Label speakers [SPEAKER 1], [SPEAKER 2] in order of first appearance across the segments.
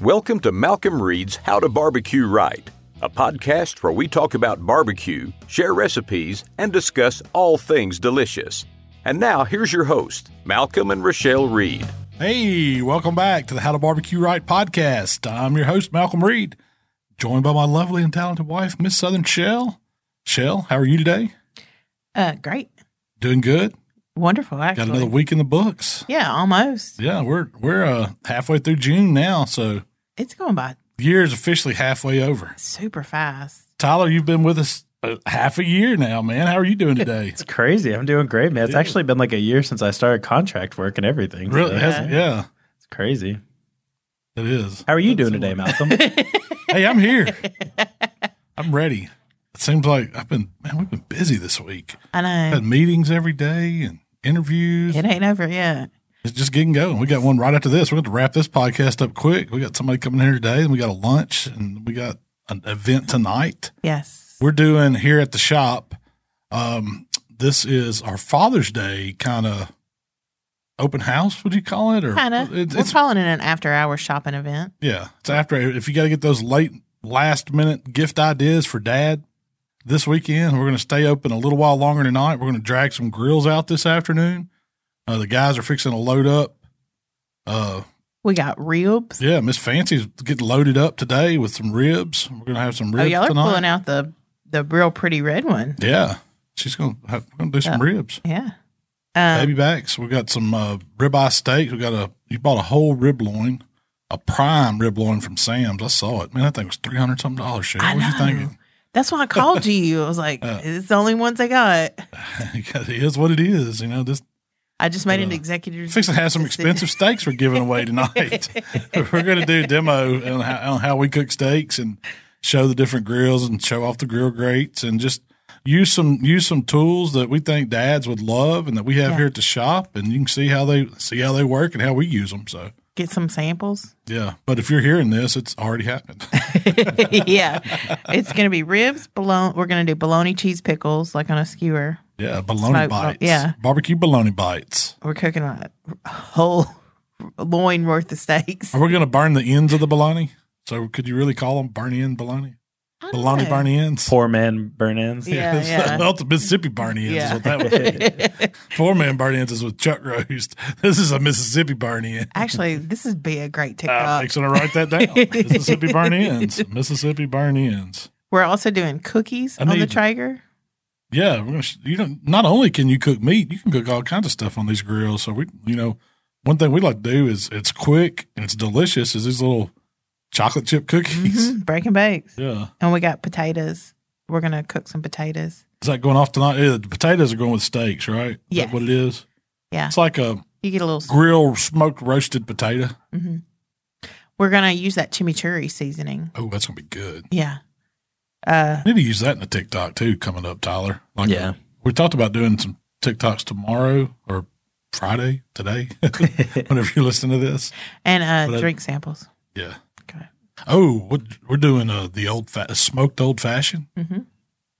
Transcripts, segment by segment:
[SPEAKER 1] Welcome to Malcolm Reed's How to Barbecue Right, a podcast where we talk about barbecue, share recipes, and discuss all things delicious. And now here's your host, Malcolm and Rochelle Reed.
[SPEAKER 2] Hey, welcome back to the How to Barbecue Right podcast. I'm your host, Malcolm Reed, joined by my lovely and talented wife, Miss Southern Shell. Shell, how are you today?
[SPEAKER 3] Uh, great,
[SPEAKER 2] Doing good.
[SPEAKER 3] wonderful. Actually,
[SPEAKER 2] Got another week in the books.
[SPEAKER 3] yeah, almost.
[SPEAKER 2] Yeah, we're we're uh, halfway through June now, so
[SPEAKER 3] It's going by
[SPEAKER 2] the year is officially halfway over.
[SPEAKER 3] super fast.
[SPEAKER 2] Tyler, you've been with us uh, half a year now, man. How are you doing today?
[SPEAKER 4] It's crazy. I'm doing great, man. It's actually been like a year since I started contract work and everything. so
[SPEAKER 2] really? Has, yeah,
[SPEAKER 4] It's crazy.
[SPEAKER 2] it is.
[SPEAKER 4] How are you doing today, Malcolm?
[SPEAKER 2] Hey, I'm here. I'm ready. It seems like I've been man, we've been busy this week.
[SPEAKER 3] I know
[SPEAKER 2] Had meetings every day and interviews.
[SPEAKER 3] it ain't over yet.
[SPEAKER 2] It's just getting going. We got one right after this. We're going to wrap this podcast up quick. We got somebody coming here today, and we got a lunch, and we got an event tonight.
[SPEAKER 3] Yes,
[SPEAKER 2] We're doing here at the shop. Um, this is our Father's Day kind of open house. Would you call it? Or
[SPEAKER 3] kind of.
[SPEAKER 2] It,
[SPEAKER 3] We're
[SPEAKER 2] it's
[SPEAKER 3] calling it an after-hour shopping event.
[SPEAKER 2] yeah. It's after if you got to get those late last minute gift ideas for Dad this weekend. We're going to stay open a little while longer tonight. We're going to drag some grills out this afternoon. Uh, the guys are fixing to load up. Uh,
[SPEAKER 3] We got ribs.
[SPEAKER 2] Yeah, Miss Fancy's getting loaded up today with some ribs. We're gonna have some
[SPEAKER 3] Oh,
[SPEAKER 2] ribs
[SPEAKER 3] y'all are
[SPEAKER 2] tonight.
[SPEAKER 3] pulling out the the real pretty red one.
[SPEAKER 2] Yeah, she's gonna have, we're gonna do some ribs,
[SPEAKER 3] Yeah. Um,
[SPEAKER 2] baby backs. We got some uh, ribeye steaks. We got a you bought a whole rib loin, a prime rib loin from Sam's. I saw it. Man, that thing was three hundred something dollars. Shit,
[SPEAKER 3] I
[SPEAKER 2] what you
[SPEAKER 3] know.
[SPEAKER 2] thinking? Uh.
[SPEAKER 3] that's why I called you. I was like, it's the only ones I got.
[SPEAKER 2] it is what it is. You know, this
[SPEAKER 3] I just made an executive.
[SPEAKER 2] Uh. fix to have some expensive steaks we're giving away tonight. we're gonna do a demo on how, on how we cook steaks and show the different grills and show off the grill grates and just use some use some tools that we think dads would love and that we have
[SPEAKER 3] Yeah.
[SPEAKER 2] here at the shop and you can see how they see how they work and how we use them. So
[SPEAKER 3] Get some samples.
[SPEAKER 2] yeah, but if you're hearing this, it's already happened.
[SPEAKER 3] yeah, it's gonna be ribs. Bologna. We're gonna do bologna cheese pickles, like on a skewer.
[SPEAKER 2] yeah, bologna
[SPEAKER 3] Smoke-
[SPEAKER 2] bites.
[SPEAKER 3] yeah.
[SPEAKER 2] barbecue bologna bites.
[SPEAKER 3] We're cooking a whole loin worth of steaks.
[SPEAKER 2] Are we gonna burn the ends of the bologna? So could you really call them burn end bologna?
[SPEAKER 3] I don't
[SPEAKER 2] Bologna
[SPEAKER 3] know.
[SPEAKER 2] burn ends.
[SPEAKER 4] Poor man burn ins.
[SPEAKER 3] Yeah.
[SPEAKER 2] it's the Delta Mississippi Barn Ends is
[SPEAKER 3] Yeah.
[SPEAKER 2] what that was. Four man Barn Ends is with Chuck Roast. This is a Mississippi Barn End.
[SPEAKER 3] Actually, this would be a great
[SPEAKER 2] I'm
[SPEAKER 3] TikTok.
[SPEAKER 2] fixing to write that down. Mississippi Barn Ends. Mississippi Barn Ends.
[SPEAKER 3] We're also doing cookies
[SPEAKER 2] I
[SPEAKER 3] on the
[SPEAKER 2] need-
[SPEAKER 3] Traeger.
[SPEAKER 2] Yeah, we're gonna, sh- you know, not only can you cook meat, you can cook all kinds of stuff on these grills. So we, you know, one thing we like to do is it's quick and it's delicious. Is these little chocolate chip cookies?
[SPEAKER 3] Mhm, Break and bakes.
[SPEAKER 2] Yeah,
[SPEAKER 3] And we got potatoes. We're going to cook some potatoes.
[SPEAKER 2] is that going off tonight? Yeah, the potatoes are going with steaks, right? Is that
[SPEAKER 3] Yes.
[SPEAKER 2] what it is?
[SPEAKER 3] Yeah.
[SPEAKER 2] It's like a
[SPEAKER 3] You get a little.
[SPEAKER 2] grilled smoked roasted potato.
[SPEAKER 3] hmm We're going to use that chimichurri seasoning.
[SPEAKER 2] Oh, that's gonna be good.
[SPEAKER 3] Yeah. Uh,
[SPEAKER 2] I need to use that in the TikTok too coming up, Tyler. Like
[SPEAKER 4] Yeah.
[SPEAKER 2] we talked about doing some TikToks tomorrow or Friday today. whenever you listen to this,
[SPEAKER 3] and
[SPEAKER 2] But
[SPEAKER 3] uh,
[SPEAKER 2] I-
[SPEAKER 3] drink samples.
[SPEAKER 2] yeah.
[SPEAKER 3] Okay.
[SPEAKER 2] Oh, what, we're doing uh, the old fa- smoked old fashioned.
[SPEAKER 3] hmm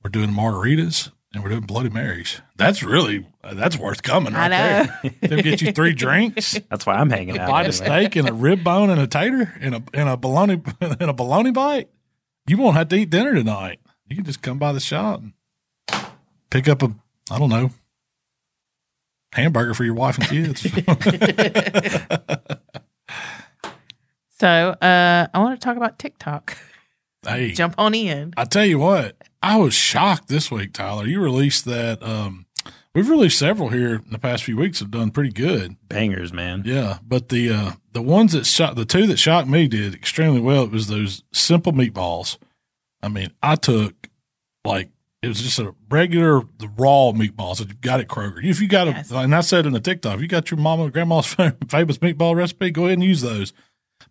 [SPEAKER 2] We're doing margaritas and we're doing Bloody Marys. That's really uh, that's worth coming.
[SPEAKER 3] I
[SPEAKER 2] Right
[SPEAKER 3] know.
[SPEAKER 2] There. They'll get you three drinks,
[SPEAKER 4] That's why I'm hanging out.
[SPEAKER 2] bite a
[SPEAKER 4] anyway.
[SPEAKER 2] steak and a rib bone and a tater and a and a bologna and a bologna bite. You won't have to eat dinner tonight. You can just come by the shop and pick up a I don't know hamburger for your wife and kids.
[SPEAKER 3] So uh, I want to talk about TikTok.
[SPEAKER 2] hey,
[SPEAKER 3] Jump on in.
[SPEAKER 2] I tell you what, I was shocked this week, Tyler. You released that. Um, we've released several here in the past few weeks. Have done pretty good.
[SPEAKER 4] Bangers, man.
[SPEAKER 2] Yeah, but the uh, the ones that shocked the two that shocked me did extremely well. It was those simple meatballs. I mean, I took like it was just a regular the raw meatballs that you got at Kroger. If you got
[SPEAKER 3] Yes.
[SPEAKER 2] a and I said in the TikTok, if you got your mama and grandma's famous meatball recipe, go ahead and use those.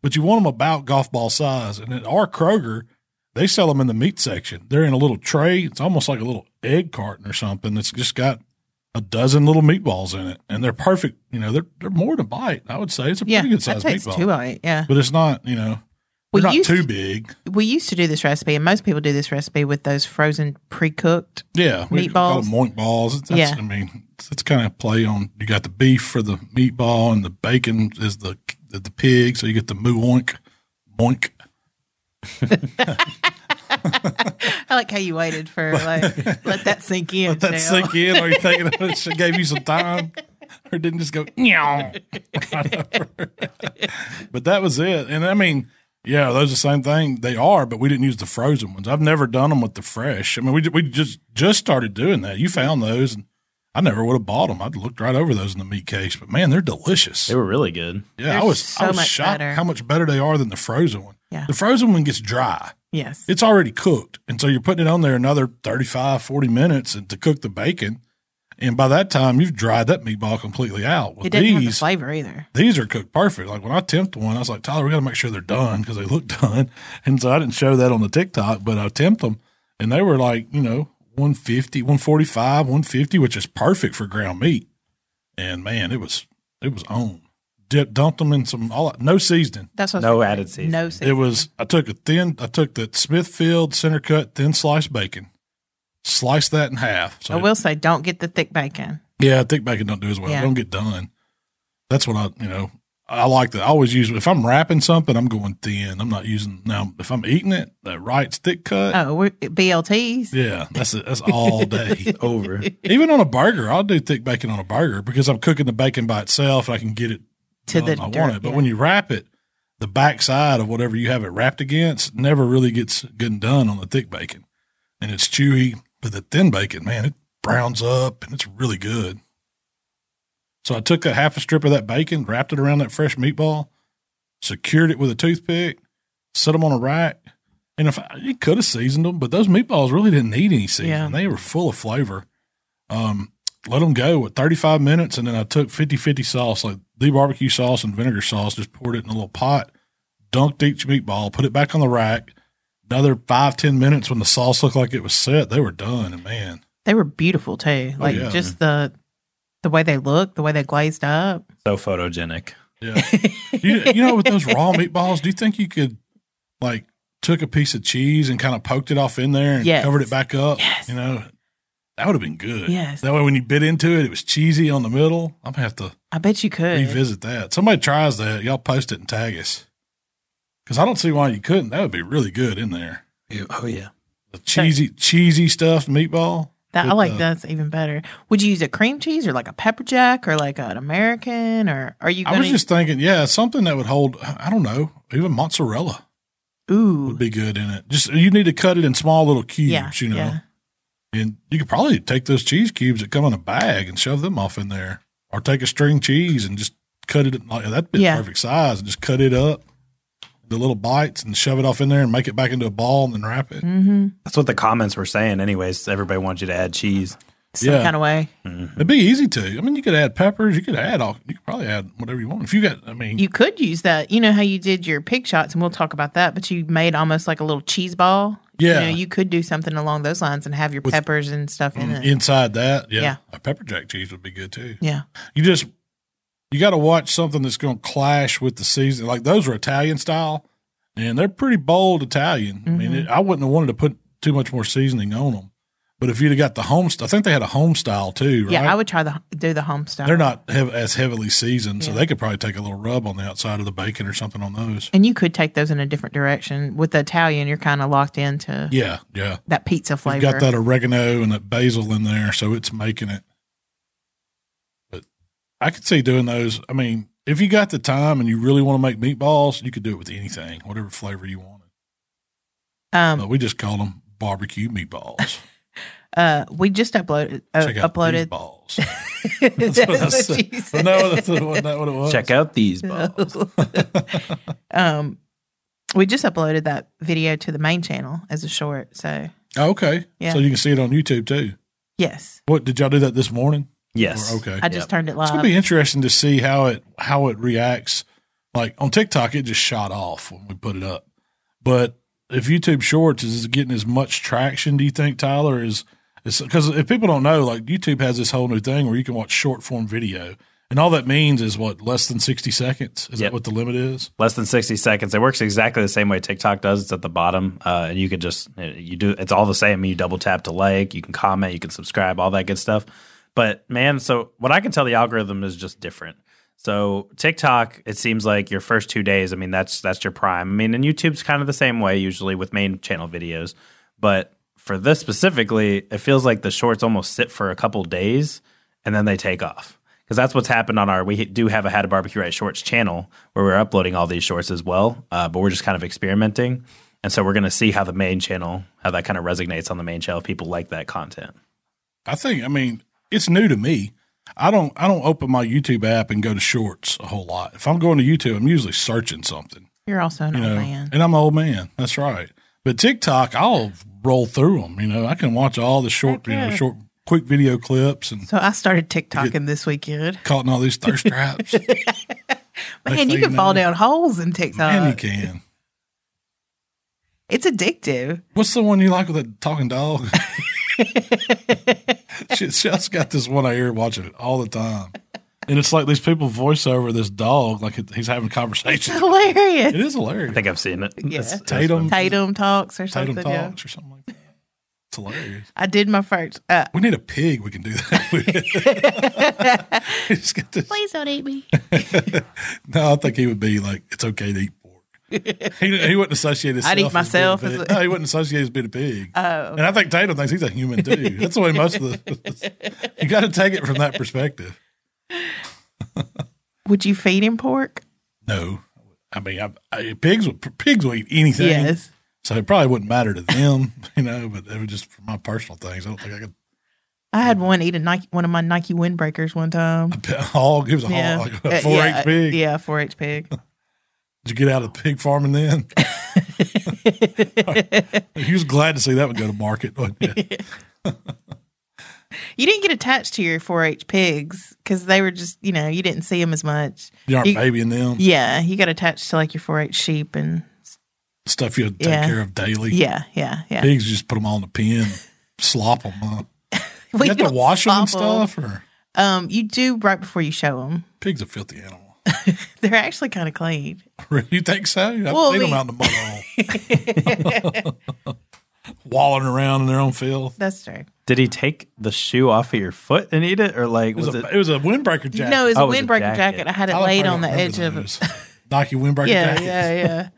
[SPEAKER 2] But you want them about golf ball size, and at our Kroger, they sell them in the meat section. They're in a little tray. It's almost like a little egg carton or something. It's just got a dozen little meatballs in it, and they're perfect. You know, they're they're more to bite. I would say it's a
[SPEAKER 3] Yeah.
[SPEAKER 2] pretty good
[SPEAKER 3] That
[SPEAKER 2] sized
[SPEAKER 3] takes
[SPEAKER 2] meatball,
[SPEAKER 3] two of it. Yeah.
[SPEAKER 2] but it's not. You know,
[SPEAKER 3] We
[SPEAKER 2] they're not
[SPEAKER 3] used-
[SPEAKER 2] too big.
[SPEAKER 3] We used to do this recipe, and most people do this recipe with those frozen pre cooked.
[SPEAKER 2] Yeah, we call them
[SPEAKER 3] Meatballs.
[SPEAKER 2] moink balls. That's,
[SPEAKER 3] Yeah.
[SPEAKER 2] I mean, it's, it's kind of play on. You got the beef for the meatball, and the bacon is the the, the pig, so you get the moo oink Boink.
[SPEAKER 3] I like how you waited for like let that sink in.
[SPEAKER 2] Let that
[SPEAKER 3] now.
[SPEAKER 2] sink in. Are you thinking that she gave you some time? Or didn't just go, "Meow." but that was it. And I mean, yeah, those are the same thing. They are, but we didn't use the frozen ones. I've never done them with the fresh. I mean, we, ju- we just just started doing that. You found those, and I never would have bought them. I'd looked right over those in the meat case, but man, they're delicious.
[SPEAKER 4] They were really good.
[SPEAKER 2] yeah, I
[SPEAKER 3] they're
[SPEAKER 2] was
[SPEAKER 3] so
[SPEAKER 2] I was
[SPEAKER 3] much
[SPEAKER 2] shocked
[SPEAKER 3] better.
[SPEAKER 2] how much better they are than the frozen one.
[SPEAKER 3] Yeah.
[SPEAKER 2] The frozen one gets dry
[SPEAKER 3] Yes.
[SPEAKER 2] it's already cooked. And so you're putting it on there another 35, 40 minutes and to cook the bacon. And by that time, you've dried that meatball completely out. With
[SPEAKER 3] It didn't have the
[SPEAKER 2] these,
[SPEAKER 3] flavor either.
[SPEAKER 2] these are cooked perfect. Like when I temped one, I was like, Tyler, we got to make sure they're done because they look done. And so I didn't show that on the TikTok, but I temped them and they were like, you know, 150, 145, 150, which is perfect for ground meat. And man, it was, it was on. Dip, dumped them in some, all, no seasoning.
[SPEAKER 3] That's what I was
[SPEAKER 4] No
[SPEAKER 3] gonna
[SPEAKER 4] added
[SPEAKER 3] say.
[SPEAKER 4] seasoning.
[SPEAKER 3] No
[SPEAKER 2] It
[SPEAKER 3] seasoning.
[SPEAKER 2] was I took a thin I took the Smithfield center cut thin sliced bacon, sliced that in half. So
[SPEAKER 3] I will say, don't get the thick bacon.
[SPEAKER 2] yeah, thick bacon don't do as well.
[SPEAKER 3] Yeah.
[SPEAKER 2] Don't get done. That's what I you know I like that. I always use if I'm wrapping something, I'm going thin. I'm not using now if I'm eating it that right thick cut.
[SPEAKER 3] Oh, we're, BLTs.
[SPEAKER 2] Yeah, that's it. That's all day.
[SPEAKER 4] Over.
[SPEAKER 2] Even on a burger, I'll do thick bacon on a burger because I'm cooking the bacon by itself and I can get it
[SPEAKER 3] To
[SPEAKER 2] done
[SPEAKER 3] the
[SPEAKER 2] if I
[SPEAKER 3] dirt,
[SPEAKER 2] want it. But
[SPEAKER 3] yeah.
[SPEAKER 2] when you wrap it, the backside of whatever you have it wrapped against never really gets good and done on the thick bacon, and it's chewy. But the thin bacon, man, it browns up and it's really good. So I took a half a strip of that bacon, wrapped it around that fresh meatball, secured it with a toothpick, set them on a rack. And if I, you could have seasoned them, but those meatballs really didn't need any seasoning.
[SPEAKER 3] Yeah.
[SPEAKER 2] They were full of flavor. Um, let them go at 35 minutes. And then I took 50 50 sauce, like the barbecue sauce and vinegar sauce, just poured it in a little pot, dunked each meatball, put it back on the rack. Another five ten minutes when the sauce looked like it was set, they were done. And man,
[SPEAKER 3] They were beautiful too. Like
[SPEAKER 2] Oh, yeah.
[SPEAKER 3] just the the way they look, the way they glazed up.
[SPEAKER 4] So photogenic.
[SPEAKER 2] Yeah. you, you know, with those raw meatballs, do you think you could like took a piece of cheese and kind of poked it off in there and
[SPEAKER 3] Yes.
[SPEAKER 2] covered it back up?
[SPEAKER 3] Yes.
[SPEAKER 2] You know, that would have been good.
[SPEAKER 3] Yes.
[SPEAKER 2] That way, when you bit into it, it was cheesy on the middle. I'm gonna have to
[SPEAKER 3] I bet you could.
[SPEAKER 2] revisit that. Somebody tries that, y'all post it and tag us. Because I don't see why you couldn't. That would be really good in there.
[SPEAKER 4] Oh yeah.
[SPEAKER 2] The cheesy, cheesy stuffed meatball.
[SPEAKER 3] That, I
[SPEAKER 2] with
[SPEAKER 3] like
[SPEAKER 2] the-
[SPEAKER 3] that's even better. Would you use a cream cheese or like a pepper jack or like an American or are you
[SPEAKER 2] I
[SPEAKER 3] going
[SPEAKER 2] was
[SPEAKER 3] to
[SPEAKER 2] just thinking, yeah, something that would hold. I don't know, even mozzarella
[SPEAKER 3] ooh
[SPEAKER 2] would be good in it. Just you need to cut it in small little cubes,
[SPEAKER 3] yeah
[SPEAKER 2] you know.
[SPEAKER 3] yeah
[SPEAKER 2] And you could probably take those cheese cubes that come in a bag and shove them off in there, or take a string cheese and just cut it like that'd be the
[SPEAKER 3] Yeah.
[SPEAKER 2] perfect size and just cut it up the little bites and shove it off in there and make it back into a ball and then wrap it.
[SPEAKER 3] mm-hmm.
[SPEAKER 4] That's what the comments were saying, anyways. Everybody wants you to add cheese.
[SPEAKER 3] some
[SPEAKER 2] Yeah.
[SPEAKER 3] kind of way
[SPEAKER 2] It'd be easy to. I mean, you could add peppers. You could add all. You could probably add whatever you want. If you got, I mean,
[SPEAKER 3] you could use that you know how you did your pig shots and we'll talk about that but you made almost like a little cheese ball
[SPEAKER 2] Yeah.
[SPEAKER 3] you, know, you could do something along those lines and have your
[SPEAKER 2] With-
[SPEAKER 3] peppers and stuff in it
[SPEAKER 2] inside that, yeah,
[SPEAKER 3] Yeah.
[SPEAKER 2] a pepper jack cheese would be good too.
[SPEAKER 3] yeah
[SPEAKER 2] You just you got to watch something that's going to clash with the season. Like those are Italian style, and they're pretty bold Italian. I mean,
[SPEAKER 3] Mm-hmm.
[SPEAKER 2] it, I wouldn't have wanted to put too much more seasoning on them. But if you'd have got the home, st- I think they had a home style too, right?
[SPEAKER 3] yeah I would try the do the home stuff
[SPEAKER 2] They're not hev- as heavily seasoned, so
[SPEAKER 3] Yeah.
[SPEAKER 2] they could probably take a little rub on the outside of the bacon or something on those.
[SPEAKER 3] and you could take those in a different direction with the Italian you're kind of locked into
[SPEAKER 2] Yeah, yeah.
[SPEAKER 3] that pizza
[SPEAKER 2] You've
[SPEAKER 3] flavor
[SPEAKER 2] got that oregano and that basil in there, so it's making it. But I could see doing those. I mean, if you got the time and you really want to make meatballs, you could do it with anything, whatever flavor you wanted.
[SPEAKER 3] um
[SPEAKER 2] But we just call them barbecue meatballs.
[SPEAKER 3] uh we just uploaded uh,
[SPEAKER 2] Oh. Check out
[SPEAKER 3] uploaded
[SPEAKER 2] these balls.
[SPEAKER 3] That's
[SPEAKER 2] That's what I said.
[SPEAKER 3] she
[SPEAKER 2] But
[SPEAKER 3] said.
[SPEAKER 2] no, that's not what- not what it was.
[SPEAKER 4] Check out these balls.
[SPEAKER 3] um, we just uploaded that video to the main channel as a short. So
[SPEAKER 2] Oh, okay,
[SPEAKER 3] Yeah.
[SPEAKER 2] so you can see it on YouTube too.
[SPEAKER 3] yes,
[SPEAKER 2] What did y'all do that this morning?
[SPEAKER 4] yes.
[SPEAKER 2] Or- okay,
[SPEAKER 3] I just
[SPEAKER 4] Yep.
[SPEAKER 3] turned it
[SPEAKER 2] It's
[SPEAKER 3] live.
[SPEAKER 2] gonna be interesting to see how it how it reacts. Like on TikTok, it just shot off when we put it up. But if YouTube Shorts is getting as much traction, do you think Tyler is? Because if people don't know, like YouTube has this whole new thing where you can watch short form video, and all that means is what less than sixty seconds. Is
[SPEAKER 4] Yep.
[SPEAKER 2] that what the limit is?
[SPEAKER 4] Less than 60 seconds. It works exactly the same way TikTok does. It's at the bottom. Uh, and you could just, you do, it's all the same. You double tap to like, you can comment, you can subscribe, all that good stuff. But man, so what I can tell the algorithm is just different. So TikTok, it seems like your first two days. I mean, that's that's your prime. I mean, and YouTube's kind of the same way usually with main channel videos, but for this specifically, it feels like the shorts almost sit for a couple days and then they take off because that's what's happened on our. We do have a Had a Barbecue Right Shorts channel where we're uploading all these shorts as well, uh, but we're just kind of experimenting, and so we're going to see how the main channel, how that kind of resonates on the main channel. If people like that content.
[SPEAKER 2] I think I mean it's new to me. I don't I don't open my YouTube app and go to shorts a whole lot. If I'm going to YouTube, I'm usually searching something.
[SPEAKER 3] You're also an
[SPEAKER 2] You
[SPEAKER 3] old
[SPEAKER 2] know,
[SPEAKER 3] man.
[SPEAKER 2] and I'm an old man. That's right. But TikTok, I'll roll through them. You know, I can watch all the short, you know,
[SPEAKER 3] Okay.
[SPEAKER 2] short, quick video clips and
[SPEAKER 3] So I started TikToking this weekend.
[SPEAKER 2] caught in all these thirst traps. Next
[SPEAKER 3] Man, you
[SPEAKER 2] thing
[SPEAKER 3] can
[SPEAKER 2] you
[SPEAKER 3] fall
[SPEAKER 2] know-
[SPEAKER 3] down holes in
[SPEAKER 2] and you
[SPEAKER 3] TikTok.
[SPEAKER 2] can.
[SPEAKER 3] It's addictive.
[SPEAKER 2] What's the one you like with that talking dog? she, she's got this one I hear watching it all the time, and it's like these people voice over this dog like it, he's having
[SPEAKER 3] It's
[SPEAKER 2] conversations. It
[SPEAKER 3] hilarious.
[SPEAKER 2] is hilarious.
[SPEAKER 4] I think I've seen it.
[SPEAKER 3] Yeah.
[SPEAKER 4] It's-
[SPEAKER 2] Tatum
[SPEAKER 3] Tatum talks or
[SPEAKER 2] Tatum
[SPEAKER 3] something.
[SPEAKER 2] talks
[SPEAKER 3] yeah.
[SPEAKER 2] or something like that. It's hilarious.
[SPEAKER 3] I did my first. Uh,
[SPEAKER 2] We need a pig. We can do that. with. We just get this-
[SPEAKER 3] Please don't eat me.
[SPEAKER 2] No, I think he would be like, it's okay to eat pork. he, he wouldn't associate himself.
[SPEAKER 3] I'd eat
[SPEAKER 2] as being
[SPEAKER 3] myself
[SPEAKER 2] a pig.
[SPEAKER 3] as a- Oh.
[SPEAKER 2] no, he wouldn't associate as being a pig. and I think Tatum thinks he's a human too. That's the way most of the. you got to take it from that perspective.
[SPEAKER 3] Would you feed him pork?
[SPEAKER 2] No, I mean, I, I, pigs would pigs will eat anything.
[SPEAKER 3] Yes.
[SPEAKER 2] So it probably wouldn't matter to them, you know. But it was just for my personal things. I don't think I could.
[SPEAKER 3] I had one eat a Nike, one of my Nike windbreakers one time.
[SPEAKER 2] A hog. It was a
[SPEAKER 3] Yeah.
[SPEAKER 2] hog, Oh,
[SPEAKER 3] Uh,
[SPEAKER 2] like a four
[SPEAKER 3] yeah,
[SPEAKER 2] H pig.
[SPEAKER 3] Yeah, 4-H pig.
[SPEAKER 2] Did you get out of pig farming then? he was glad to see that would go to market. wasn't you?
[SPEAKER 3] You didn't get attached to your 4-H pigs because they were just, you know, you didn't see them as much.
[SPEAKER 2] You aren't
[SPEAKER 3] You-
[SPEAKER 2] babying them.
[SPEAKER 3] Yeah, you got attached to like your 4-H sheep and
[SPEAKER 2] Stuff you take
[SPEAKER 3] Yeah.
[SPEAKER 2] care of daily.
[SPEAKER 3] yeah, yeah, yeah.
[SPEAKER 2] Pigs you just put them on the pen, slop them. Huh?
[SPEAKER 3] We
[SPEAKER 2] you have to
[SPEAKER 3] don't
[SPEAKER 2] wash them and
[SPEAKER 3] swap 'em.
[SPEAKER 2] stuff, or
[SPEAKER 3] Um, you do right before you show them.
[SPEAKER 2] pigs a filthy animal.
[SPEAKER 3] They're actually kind of clean.
[SPEAKER 2] you think so? I've
[SPEAKER 3] Well,
[SPEAKER 2] seen them
[SPEAKER 3] the-
[SPEAKER 2] out in the mud hole, walling around in their own filth.
[SPEAKER 3] That's true.
[SPEAKER 4] Did he take the shoe off of your foot and eat it, or like
[SPEAKER 2] It was,
[SPEAKER 4] was
[SPEAKER 2] a,
[SPEAKER 4] it?
[SPEAKER 2] it was a windbreaker jacket.
[SPEAKER 3] No, it's
[SPEAKER 4] Oh,
[SPEAKER 3] a
[SPEAKER 4] it was a
[SPEAKER 3] windbreaker
[SPEAKER 4] jacket.
[SPEAKER 3] jacket. I had it
[SPEAKER 2] I
[SPEAKER 3] laid
[SPEAKER 2] don't
[SPEAKER 3] on the
[SPEAKER 2] remember
[SPEAKER 3] edge of
[SPEAKER 2] those. Nike windbreaker
[SPEAKER 3] Yeah,
[SPEAKER 2] jackets.
[SPEAKER 3] yeah, yeah.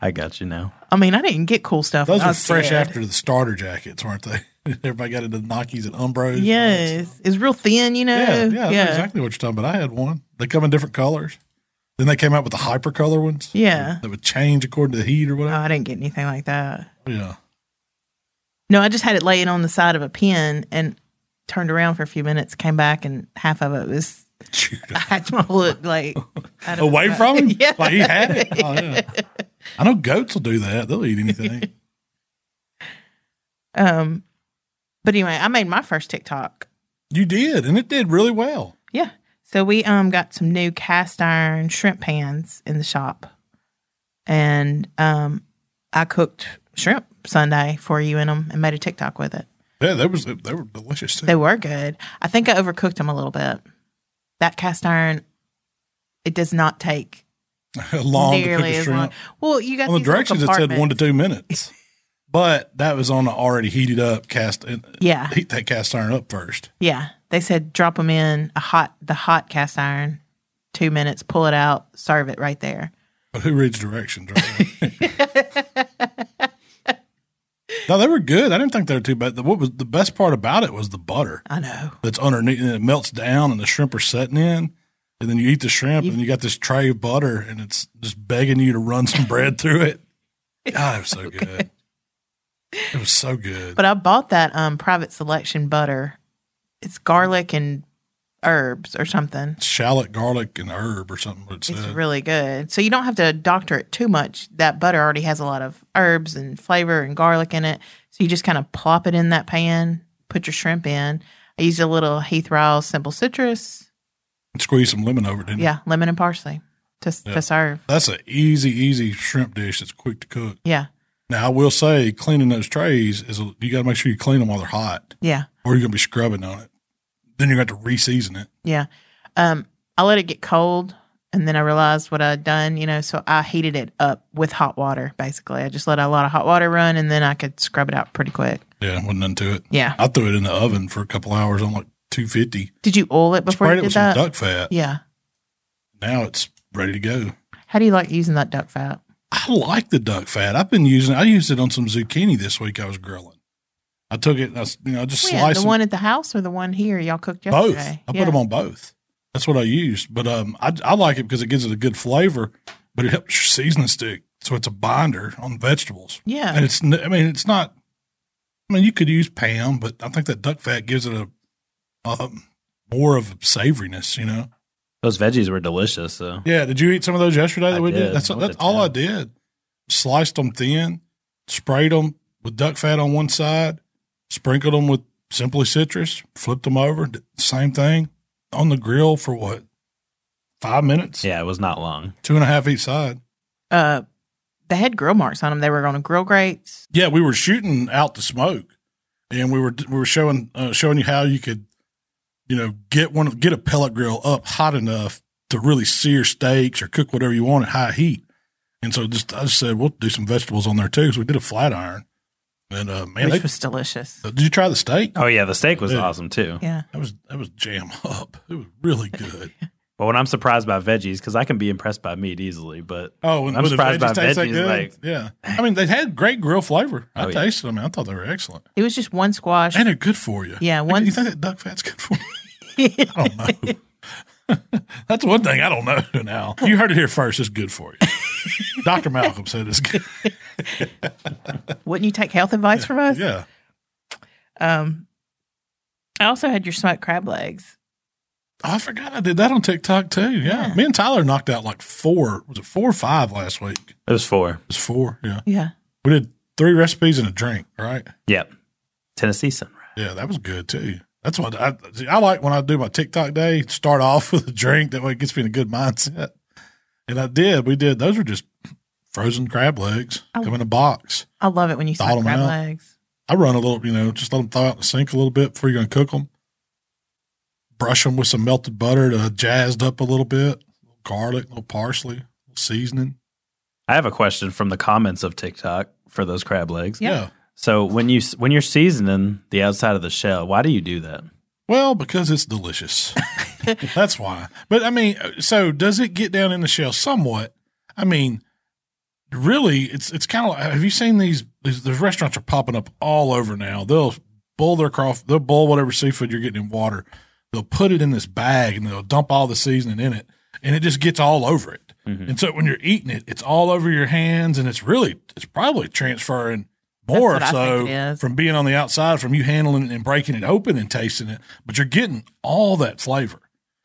[SPEAKER 4] I got you now.
[SPEAKER 3] I mean, I didn't get cool stuff.
[SPEAKER 2] Those
[SPEAKER 3] when I
[SPEAKER 2] were
[SPEAKER 3] was
[SPEAKER 2] fresh
[SPEAKER 3] kid.
[SPEAKER 2] after the starter jackets, weren't they? Everybody got into Nikes and Umbros.
[SPEAKER 3] Yes, it's real thin, you know.
[SPEAKER 2] Yeah, yeah, I know exactly what you're talking about. I had one. They come in different colors. Then they came out with the hyper color ones.
[SPEAKER 3] Yeah.
[SPEAKER 2] That would change according to the heat or
[SPEAKER 3] Oh,
[SPEAKER 2] whatever.
[SPEAKER 3] I didn't get anything like that.
[SPEAKER 2] yeah.
[SPEAKER 3] No, I just had it laying on the side of a pen and turned around for a few minutes, came back, and half of it was
[SPEAKER 2] Shoot.
[SPEAKER 3] I had my look like I don't
[SPEAKER 2] Away
[SPEAKER 3] know.
[SPEAKER 2] from him?
[SPEAKER 3] uh, Yeah.
[SPEAKER 2] Like he had it. Oh, yeah. I know goats will do that. They'll eat anything.
[SPEAKER 3] Um, but anyway, I made my first TikTok.
[SPEAKER 2] you did, and it did really well.
[SPEAKER 3] Yeah. So we um got some new cast iron shrimp pans in the shop, and um I cooked shrimp Sunday for you in them and made a TikTok with it.
[SPEAKER 2] Yeah, they was they were delicious too.
[SPEAKER 3] They were good. I think I overcooked them a little bit. That cast iron, it does not take
[SPEAKER 2] long to cook
[SPEAKER 3] nearly
[SPEAKER 2] a
[SPEAKER 3] as
[SPEAKER 2] shrimp.
[SPEAKER 3] long. Well, you got
[SPEAKER 2] On the
[SPEAKER 3] these little
[SPEAKER 2] directions, it said one to
[SPEAKER 3] compartments.
[SPEAKER 2] two minutes, but that was on an already heated up cast.
[SPEAKER 3] Yeah.
[SPEAKER 2] heat that cast iron up first.
[SPEAKER 3] Yeah, they said drop them in a hot the hot cast iron, two minutes, pull it out, serve it right there.
[SPEAKER 2] But who reads directions? Right no, they were good. I didn't think they were too bad. The- What was the best part about it was the butter
[SPEAKER 3] I know.
[SPEAKER 2] that's underneath, and it melts down, and the shrimp are setting in. And then you eat the shrimp, and you got this tray of butter, and it's just begging you to run some bread through it. God, it was so good. It was so good.
[SPEAKER 3] But I bought that um private selection butter. It's garlic and herbs or something.
[SPEAKER 2] Shallot, garlic, and herb or something. It
[SPEAKER 3] It's
[SPEAKER 2] said.
[SPEAKER 3] really good. So you don't have to doctor it too much. That butter already has a lot of herbs and flavor and garlic in it. So you just kind of plop it in that pan, put your shrimp in. I used a little Heath Ryle simple citrus.
[SPEAKER 2] Squeeze some lemon over it. Didn't you?
[SPEAKER 3] Yeah, lemon and parsley to,
[SPEAKER 2] Mm-hmm. Yeah.
[SPEAKER 3] to serve.
[SPEAKER 2] That's an easy, easy shrimp dish that's quick to cook.
[SPEAKER 3] Yeah.
[SPEAKER 2] Now, I will say, cleaning those trays is a, you got to make sure you clean them while they're hot,
[SPEAKER 3] Yeah.
[SPEAKER 2] or you're gonna be scrubbing on it. Then you're gonna have to reseason it.
[SPEAKER 3] Yeah. Um, I let it get cold and then I realized what I'd done, you know, so I heated it up with hot water basically. I just let a lot of hot water run and then I could scrub it out pretty quick.
[SPEAKER 2] Yeah, wasn't nothing to it.
[SPEAKER 3] Yeah.
[SPEAKER 2] I threw it in the oven for a couple hours on like 250.
[SPEAKER 3] Did you oil it before
[SPEAKER 2] Sprayed
[SPEAKER 3] you
[SPEAKER 2] it
[SPEAKER 3] did
[SPEAKER 2] with
[SPEAKER 3] that?
[SPEAKER 2] some duck fat.
[SPEAKER 3] Yeah.
[SPEAKER 2] Now it's ready to go.
[SPEAKER 3] How do you like using that duck fat?
[SPEAKER 2] I like the duck fat. I've been using. I used it on some zucchini this week. I was grilling. I took it. And I, s- you know, I just
[SPEAKER 3] When?
[SPEAKER 2] sliced
[SPEAKER 3] the
[SPEAKER 2] them.
[SPEAKER 3] one at the house or the one here y'all cooked yesterday?
[SPEAKER 2] both. I put them on both. That's what I used. But um, I, I like it because it gives it a good flavor, but it helps your seasoning stick. So it's a binder on vegetables.
[SPEAKER 3] Yeah.
[SPEAKER 2] And it's, n- I mean, it's not, I mean, you could use Pam, but I think that duck fat gives it a, um, more of savoriness, you know?
[SPEAKER 4] Those veggies were delicious. So
[SPEAKER 2] Yeah. Did you eat some of those yesterday that
[SPEAKER 4] I
[SPEAKER 2] we did?
[SPEAKER 4] did.
[SPEAKER 2] That's,
[SPEAKER 4] I went
[SPEAKER 2] that's
[SPEAKER 4] to
[SPEAKER 2] all I
[SPEAKER 4] town.
[SPEAKER 2] did. Sliced them thin, sprayed them with duck fat on one side, sprinkled them with simply citrus, flipped them over, d- same thing on the grill for what? Five minutes,
[SPEAKER 4] yeah, it was not long.
[SPEAKER 2] two and a half each side.
[SPEAKER 3] Uh, they had grill marks on them. They were on grill grates.
[SPEAKER 2] Yeah, we were shooting out the smoke, and we were we were showing uh, showing you how you could, you know, get one get a pellet grill up hot enough to really sear steaks or cook whatever you want at high heat. And so just I just said we'll do some vegetables on there too. So we did a flat iron, and uh, man,
[SPEAKER 3] which
[SPEAKER 2] they-
[SPEAKER 3] was delicious.
[SPEAKER 2] did you try the steak?
[SPEAKER 4] Oh yeah, the steak was
[SPEAKER 2] Yeah.
[SPEAKER 4] awesome too.
[SPEAKER 3] Yeah.
[SPEAKER 2] That was that was jam up. It was really good.
[SPEAKER 4] But when I'm surprised by veggies, because I can be impressed by meat easily, but
[SPEAKER 2] Oh, and
[SPEAKER 4] I'm
[SPEAKER 2] with the
[SPEAKER 4] surprised by
[SPEAKER 2] veggies taste that
[SPEAKER 4] veggies,
[SPEAKER 2] good.
[SPEAKER 4] like-
[SPEAKER 2] yeah, I mean they had great grill flavor. I
[SPEAKER 4] Oh, yeah.
[SPEAKER 2] tasted them. I thought they were excellent,
[SPEAKER 3] It was just one squash.
[SPEAKER 2] and they're good for you.
[SPEAKER 3] Yeah,
[SPEAKER 2] Like,
[SPEAKER 3] one-
[SPEAKER 2] You think that duck fat's good for you? I don't know. Oh, That's one thing I don't know now. You heard it here first. It's good for you. Dr. Malcolm said it's good.
[SPEAKER 3] Wouldn't you take health advice from us?
[SPEAKER 2] Yeah.
[SPEAKER 3] Um, I also had your smoked crab legs.
[SPEAKER 2] I forgot I did that on TikTok too. Yeah.
[SPEAKER 3] Yeah.
[SPEAKER 2] Me and Tyler knocked out like four. Was it four or five last week? It
[SPEAKER 4] it was four.
[SPEAKER 2] was four. Yeah.
[SPEAKER 3] Yeah.
[SPEAKER 2] We did three recipes and a drink, right?
[SPEAKER 4] Yep. Tennessee sunrise.
[SPEAKER 2] Yeah. That was good too. That's what I, see, I like when I do my TikTok day, start off with a drink. That way it gets me in a good mindset. And I did. We did. Those were just frozen crab legs
[SPEAKER 3] Oh.
[SPEAKER 2] come in a box.
[SPEAKER 3] I love it when you
[SPEAKER 2] Thaw
[SPEAKER 3] smoke
[SPEAKER 2] them
[SPEAKER 3] crab
[SPEAKER 2] out.
[SPEAKER 3] legs.
[SPEAKER 2] I run a little, you know, just let them thaw out in the sink a little bit before you're going to cook them. Brush them with some melted butter to jazzed up a little bit, garlic, a little parsley, a little seasoning.
[SPEAKER 4] I have a question from the comments of TikTok for those crab legs.
[SPEAKER 3] Yeah.
[SPEAKER 4] So when you when you're seasoning the outside of the shell, why do you do that?
[SPEAKER 2] Well, because it's delicious. That's why. But I mean, uh, so does it get down in the shell somewhat? I mean, really, it's it's kind of like have you seen these, these these restaurants are popping up all over now. They'll boil their crawf, they'll boil whatever seafood you're getting in water. They'll put it in this bag and they'll dump all the seasoning in it, and it just gets all over it.
[SPEAKER 3] Mm-hmm.
[SPEAKER 2] And so when you're eating it, it's all over your hands, and it's really it's probably transferring more
[SPEAKER 3] what I think it
[SPEAKER 2] so
[SPEAKER 3] is.
[SPEAKER 2] from being on the outside, from you handling it and breaking it open and tasting it. But you're getting all that flavor.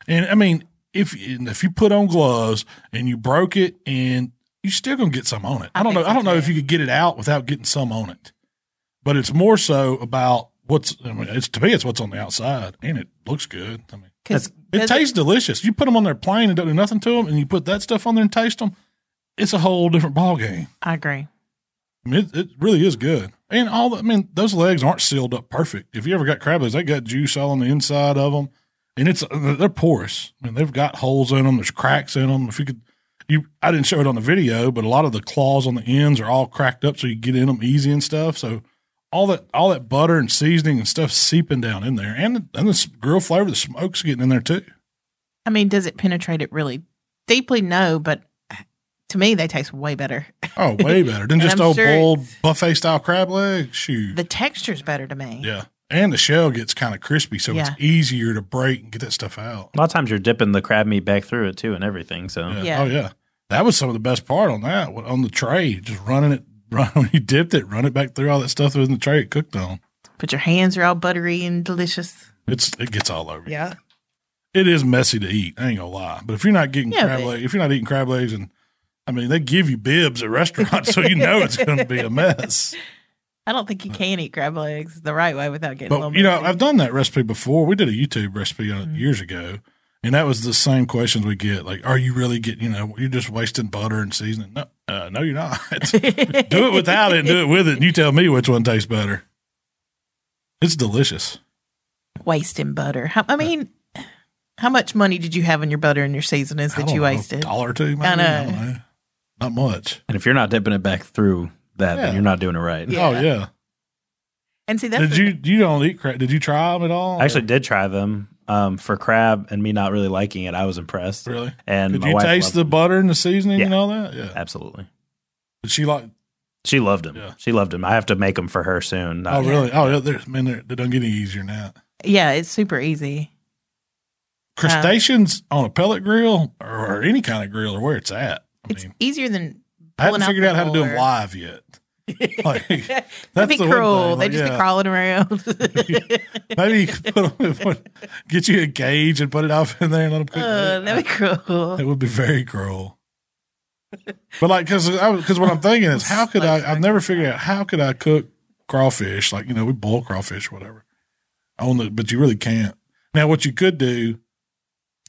[SPEAKER 2] And I mean, if and if you put on gloves and you broke it, and you're still gonna get some on it. I,
[SPEAKER 3] I
[SPEAKER 2] don't know.
[SPEAKER 3] think
[SPEAKER 2] I don't
[SPEAKER 3] so,
[SPEAKER 2] know if
[SPEAKER 3] too.
[SPEAKER 2] you could get it out without getting some on it. But it's more so about what's. I mean, it's to me, it's what's on the outside, and it looks good. I mean,
[SPEAKER 3] 'Cause
[SPEAKER 2] it
[SPEAKER 3] does
[SPEAKER 2] tastes delicious. You put them on their plane and don't do nothing to them, and you put that stuff on there and taste them. It's a whole different ball game.
[SPEAKER 3] I agree.
[SPEAKER 2] I mean, it, it really is good. And all the, I mean, those legs aren't sealed up perfect. If you ever got crab legs, they got juice all on the inside of them, and it's they're porous. I mean, they've got holes in them. There's cracks in them. If you could, you I didn't show it on the video, but a lot of the claws on the ends are all cracked up, so you get in them easy and stuff. So all that all that butter and seasoning and stuff seeping down in there, and the, and the s- grill flavor, the smoke's getting in there too.
[SPEAKER 3] I mean, does it penetrate it really deeply? No, but to me, they taste way better.
[SPEAKER 2] Oh, way better than
[SPEAKER 3] And
[SPEAKER 2] just
[SPEAKER 3] I'm
[SPEAKER 2] old
[SPEAKER 3] sure
[SPEAKER 2] boiled buffet style crab legs. Shoot.
[SPEAKER 3] The texture's better to me.
[SPEAKER 2] Yeah. And the shell gets kind of crispy, so
[SPEAKER 3] Yeah.
[SPEAKER 2] it's easier to break and get that stuff out.
[SPEAKER 4] A lot of times you're dipping the crab meat back through it too and everything. So
[SPEAKER 3] Yeah.
[SPEAKER 2] Oh yeah. That was some of the best part on that wa- on the tray, just running it. Run, when you dipped it, run it back through all that stuff that was in the tray it cooked on.
[SPEAKER 3] But your hands are all buttery and delicious.
[SPEAKER 2] It's it gets all over. you.
[SPEAKER 3] Yeah.
[SPEAKER 2] It is messy to eat. I ain't gonna lie. But if you're not getting
[SPEAKER 3] Yeah,
[SPEAKER 2] crab
[SPEAKER 3] but-
[SPEAKER 2] legs, if you're not eating crab legs, and I mean they give you bibs at restaurants, so you know it's gonna be a mess.
[SPEAKER 3] I don't think you can eat crab legs the right way without getting a
[SPEAKER 2] But
[SPEAKER 3] little
[SPEAKER 2] you know,
[SPEAKER 3] messy.
[SPEAKER 2] I've done that recipe before. We did a YouTube recipe
[SPEAKER 4] Mm-hmm.
[SPEAKER 2] on it years ago, and that was the same questions we get. Like, are you really getting? You know, you're just wasting butter and seasoning. No, uh, no, you're not. do it without it. and Do it with it. And you tell me which one tastes better. It's delicious.
[SPEAKER 3] wasting butter. How, I mean, how much money did you have in your butter and your seasonings
[SPEAKER 2] I
[SPEAKER 3] that
[SPEAKER 2] don't
[SPEAKER 3] you
[SPEAKER 2] know,
[SPEAKER 3] wasted?
[SPEAKER 2] a dollar or two. Maybe?
[SPEAKER 3] I know.
[SPEAKER 2] I don't know. Not much.
[SPEAKER 4] and if you're not dipping it back through that,
[SPEAKER 2] Yeah.
[SPEAKER 4] then you're not doing it right.
[SPEAKER 3] Yeah.
[SPEAKER 2] Oh yeah.
[SPEAKER 3] And see, that's
[SPEAKER 2] did
[SPEAKER 3] the-
[SPEAKER 2] you you don't eat crab? Did you try them at all?
[SPEAKER 4] I actually did try them um, for crab and me not really liking it, I was impressed.
[SPEAKER 2] Really?
[SPEAKER 4] And
[SPEAKER 2] Could
[SPEAKER 4] my
[SPEAKER 2] you
[SPEAKER 4] wife
[SPEAKER 2] taste
[SPEAKER 4] loved
[SPEAKER 2] the
[SPEAKER 4] them.
[SPEAKER 2] butter and the seasoning and
[SPEAKER 4] Yeah. Uh,
[SPEAKER 2] all that? Yeah.
[SPEAKER 4] Absolutely.
[SPEAKER 2] Did she like?
[SPEAKER 4] She loved him.
[SPEAKER 2] Yeah.
[SPEAKER 4] She loved him. I have to make them for her soon.
[SPEAKER 2] Oh,
[SPEAKER 4] Not-
[SPEAKER 2] really? Oh, yeah. They're, man, they're, they don't get any easier now.
[SPEAKER 3] Yeah, it's super easy.
[SPEAKER 2] Crustaceans on a pellet grill or, or any kind of grill or where it's at. I
[SPEAKER 3] It's
[SPEAKER 2] mean,
[SPEAKER 3] easier than
[SPEAKER 2] I haven't
[SPEAKER 3] pulling out
[SPEAKER 2] figured
[SPEAKER 3] the
[SPEAKER 2] out how to do them
[SPEAKER 3] molar.
[SPEAKER 2] live yet. Like,
[SPEAKER 3] That'd
[SPEAKER 2] that's
[SPEAKER 3] be
[SPEAKER 2] the one
[SPEAKER 3] cruel.
[SPEAKER 2] thing,
[SPEAKER 3] They
[SPEAKER 2] like,
[SPEAKER 3] just be
[SPEAKER 2] yeah.
[SPEAKER 3] crawling around.
[SPEAKER 2] Maybe you could put them in one- get you a gauge and put it off in there and let them cook.
[SPEAKER 3] Uh, that'd be cruel.
[SPEAKER 2] It would be very cruel. But like, because because what I'm thinking is, how could I? I've never figured out how could I cook crawfish? Like you know, we boil crawfish, or whatever. On the, but you really can't. Now, what you could do,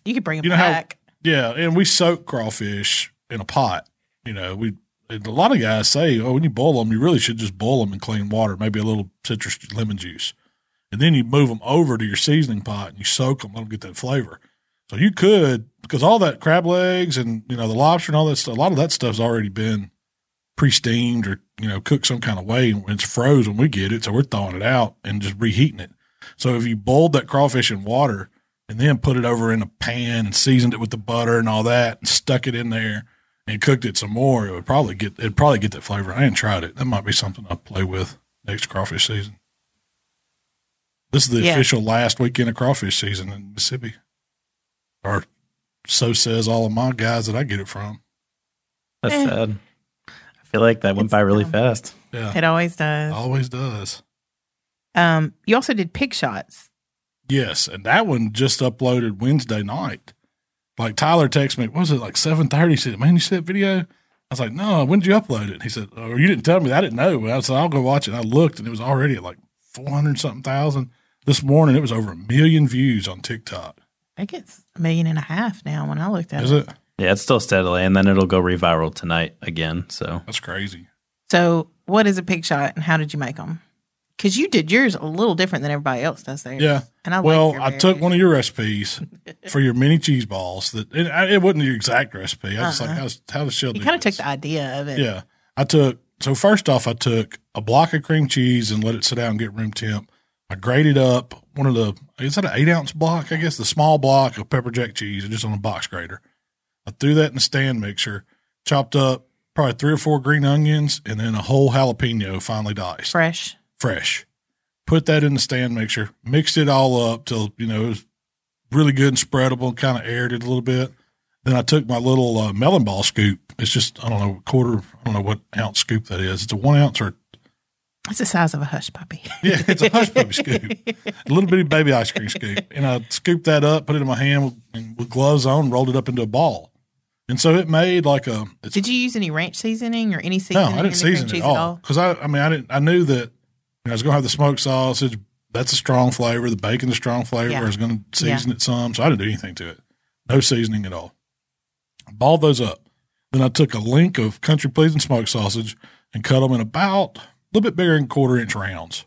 [SPEAKER 3] You could bring them
[SPEAKER 2] You know how-
[SPEAKER 3] back.
[SPEAKER 2] yeah, and we soak crawfish in a pot. You know, we and a lot of guys say, oh, when you boil them, you really should just boil them in clean water, maybe a little citrus lemon juice, and then you move them over to your seasoning pot and you soak them, let them get that flavor. So you could, because all that crab legs and you know the lobster and all that stuff, a lot of that stuff's already been pre-steamed or you know cooked some kind of way, and it's froze when we get it, so we're thawing it out and just reheating it. So if you boiled that crawfish in water and then put it over in a pan and seasoned it with the butter and all that, and stuck it in there and cooked it some more, it would probably get it'd probably get that flavor. I ain't tried it. That might be something I'll play with next crawfish season. This is the
[SPEAKER 3] Yeah.
[SPEAKER 2] official last weekend of crawfish season in Mississippi. Or so says all of my guys that I get it from.
[SPEAKER 4] That's
[SPEAKER 3] Eh.
[SPEAKER 4] sad. I feel like that went
[SPEAKER 3] It's
[SPEAKER 4] by really
[SPEAKER 3] dumb.
[SPEAKER 4] fast.
[SPEAKER 2] Yeah.
[SPEAKER 3] It always does.
[SPEAKER 2] Always does. Oh.
[SPEAKER 3] Um, you also did pig shots.
[SPEAKER 2] Yes. And that one just uploaded Wednesday night. Like Tyler texted me, what was it like seven thirty? He said, Man, you see that video? I was like, No, when did you upload it? He said, Oh, you didn't tell me. I didn't know. I said, I'll go watch it. I looked and it was already at like four hundred something thousand. This morning it was over a million views on TikTok.
[SPEAKER 3] I think it's a million and a half now when I looked at
[SPEAKER 2] Is
[SPEAKER 3] it.
[SPEAKER 2] it?
[SPEAKER 4] Yeah, it's still steadily, and then it'll go reviral tonight again. So
[SPEAKER 2] That's crazy.
[SPEAKER 3] So, what is a pig shot and how did you make them? Because you did yours a little different than everybody else does theirs.
[SPEAKER 2] Yeah.
[SPEAKER 3] And I
[SPEAKER 2] well,
[SPEAKER 3] like
[SPEAKER 2] I took one of your recipes for your mini cheese balls. That it, I- it wasn't your exact recipe. I was just like,
[SPEAKER 3] Uh-uh.
[SPEAKER 2] how's, how does Shell
[SPEAKER 3] You
[SPEAKER 2] do
[SPEAKER 3] kind of took
[SPEAKER 2] this?
[SPEAKER 3] the idea of it.
[SPEAKER 2] Yeah. I took, so first off, I took a block of cream cheese and let it sit out and get room temp. I grated up one of the, is that an eight ounce block? I guess the small block of pepper jack cheese just on a box grater. I threw that in the stand mixer, chopped up probably three or four green onions and then a whole jalapeno finely diced
[SPEAKER 3] Fresh.
[SPEAKER 2] fresh. Put that in the stand mixer, mixed it all up till you know it was really good and spreadable. Kind of aired it a little bit. Then I took my little uh, melon ball scoop. It's just I don't know quarter. I don't know what ounce scoop that is. It's a one ounce or
[SPEAKER 3] That's the size of a hush puppy.
[SPEAKER 2] yeah, it's a hush puppy scoop, a little bitty baby ice cream scoop. And I scooped that up, put it in my hand with, and with gloves on, rolled it up into a ball. And so it made like a. It's,
[SPEAKER 3] Did you use any ranch seasoning or any
[SPEAKER 2] no,
[SPEAKER 3] seasoning?
[SPEAKER 2] I
[SPEAKER 3] in
[SPEAKER 2] didn't
[SPEAKER 3] the cream
[SPEAKER 2] season it
[SPEAKER 3] cheese
[SPEAKER 2] all because I. I mean, I didn't. I knew that you know, I was gonna have the smoked sausage. That's a strong flavor. The bacon's a strong flavor.
[SPEAKER 3] Yeah.
[SPEAKER 2] I was gonna season it some, so I didn't do anything to it. No seasoning at all. Balled those up. Then I took a link of country pleasing smoked sausage and cut them in about a little bit bigger than quarter inch rounds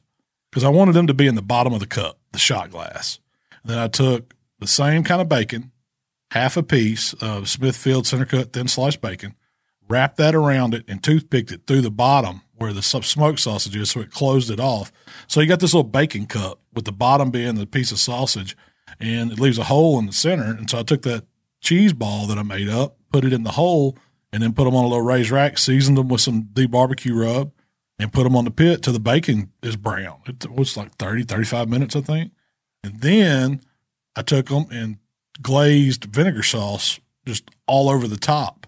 [SPEAKER 2] because I wanted them to be in the bottom of the cup, the shot glass. And then I took the same kind of bacon, half a piece of Smithfield center cut thin sliced bacon, wrapped that around it, and toothpicked it through the bottom where the su- smoked sausage is, so it closed it off. So you got this little bacon cup with the bottom being the piece of sausage, and it leaves a hole in the center. And so I took that cheese ball that I made up, put it in the hole, and then put them on a little raised rack, seasoned them with some D barbecue rub, and put them on the pit till the bacon is brown. It was like 30, 35 minutes, I think. And then I took them and glazed vinegar sauce just all over the top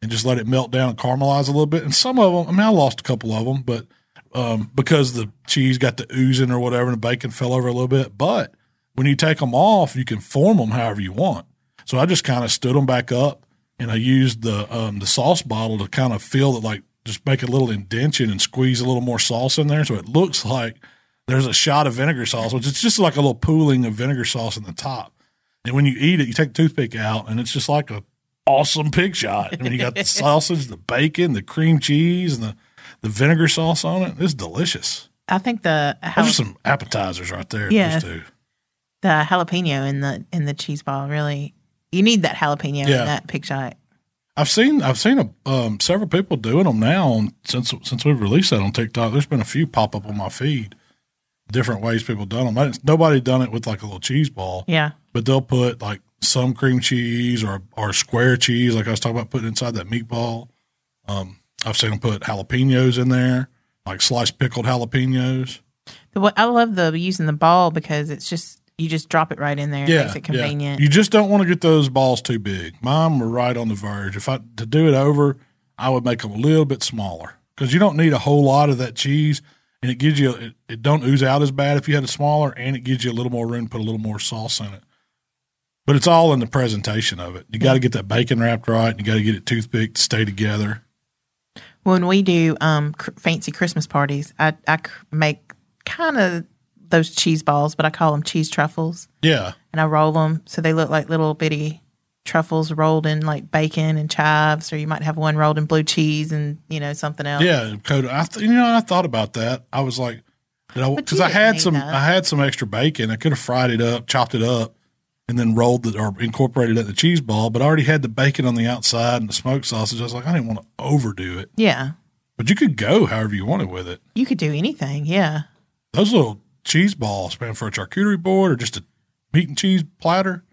[SPEAKER 2] and just let it melt down and caramelize a little bit. And some of them, I mean, I lost a couple of them, but um, because the cheese got the oozing or whatever and the bacon fell over a little bit. But when you take them off, you can form them however you want. So I just kind of stood them back up and I used the um, the sauce bottle to kind of feel that like just make a little indention and squeeze a little more sauce in there so it looks like there's a shot of vinegar sauce, which is just like a little pooling of vinegar sauce in the top. And when you eat it, you take the toothpick out and it's just like a awesome pig shot. I mean, you got the sausage, the bacon, the cream cheese, and the, the vinegar sauce on it. It's delicious.
[SPEAKER 3] I think the jal-
[SPEAKER 2] Those are some appetizers right there.
[SPEAKER 3] Yeah.
[SPEAKER 2] Those two.
[SPEAKER 3] the jalapeno in the in the cheese ball really. You need that jalapeno
[SPEAKER 2] Yeah.
[SPEAKER 3] in that pig shot.
[SPEAKER 2] I've seen I've seen a, um, several people doing them now on, since since we've released that on TikTok. There's been a few pop up on my feed, different ways people done them. I didn't, nobody done it with like a little cheese ball,
[SPEAKER 3] Yeah.
[SPEAKER 2] but they'll put like some cream cheese or or square cheese, like I was talking about putting inside that meatball. Um, I've seen them put jalapenos in there, like sliced pickled jalapenos.
[SPEAKER 3] The way, I love the using the ball because it's just you just drop it right in there.
[SPEAKER 2] Yeah,
[SPEAKER 3] It makes it
[SPEAKER 2] yeah.
[SPEAKER 3] convenient.
[SPEAKER 2] You just don't want to get those balls too big. Mine were right on the verge. If I to do it over, I would make them a little bit smaller because you don't need a whole lot of that cheese, and it gives you it, it don't ooze out as bad if you had it smaller, and it gives you a little more room to put a little more sauce in it. But it's all in the presentation of it. You got to get that bacon wrapped right, and you got to get it toothpicked to stay together.
[SPEAKER 3] when we do um, cr- fancy Christmas parties, I, I cr- make kind of those cheese balls, but I call them cheese truffles,
[SPEAKER 2] Yeah,
[SPEAKER 3] and I roll them so they look like little bitty truffles rolled in like bacon and chives, or you might have one rolled in blue cheese and you know something else.
[SPEAKER 2] yeah. Coda. I th- you know I thought about that. I was like,
[SPEAKER 3] But
[SPEAKER 2] because
[SPEAKER 3] you
[SPEAKER 2] I,
[SPEAKER 3] didn't
[SPEAKER 2] had
[SPEAKER 3] need
[SPEAKER 2] some
[SPEAKER 3] that.
[SPEAKER 2] I had some extra bacon. I could have fried it up, chopped it up, and then rolled it or incorporated it in the cheese ball. But I already had the bacon on the outside and the smoked sausage. I was like, I didn't want to overdo it.
[SPEAKER 3] Yeah.
[SPEAKER 2] But you could go however you wanted with it.
[SPEAKER 3] You could do anything. Yeah.
[SPEAKER 2] Those little cheese balls, man, for a charcuterie board or just a meat and cheese platter.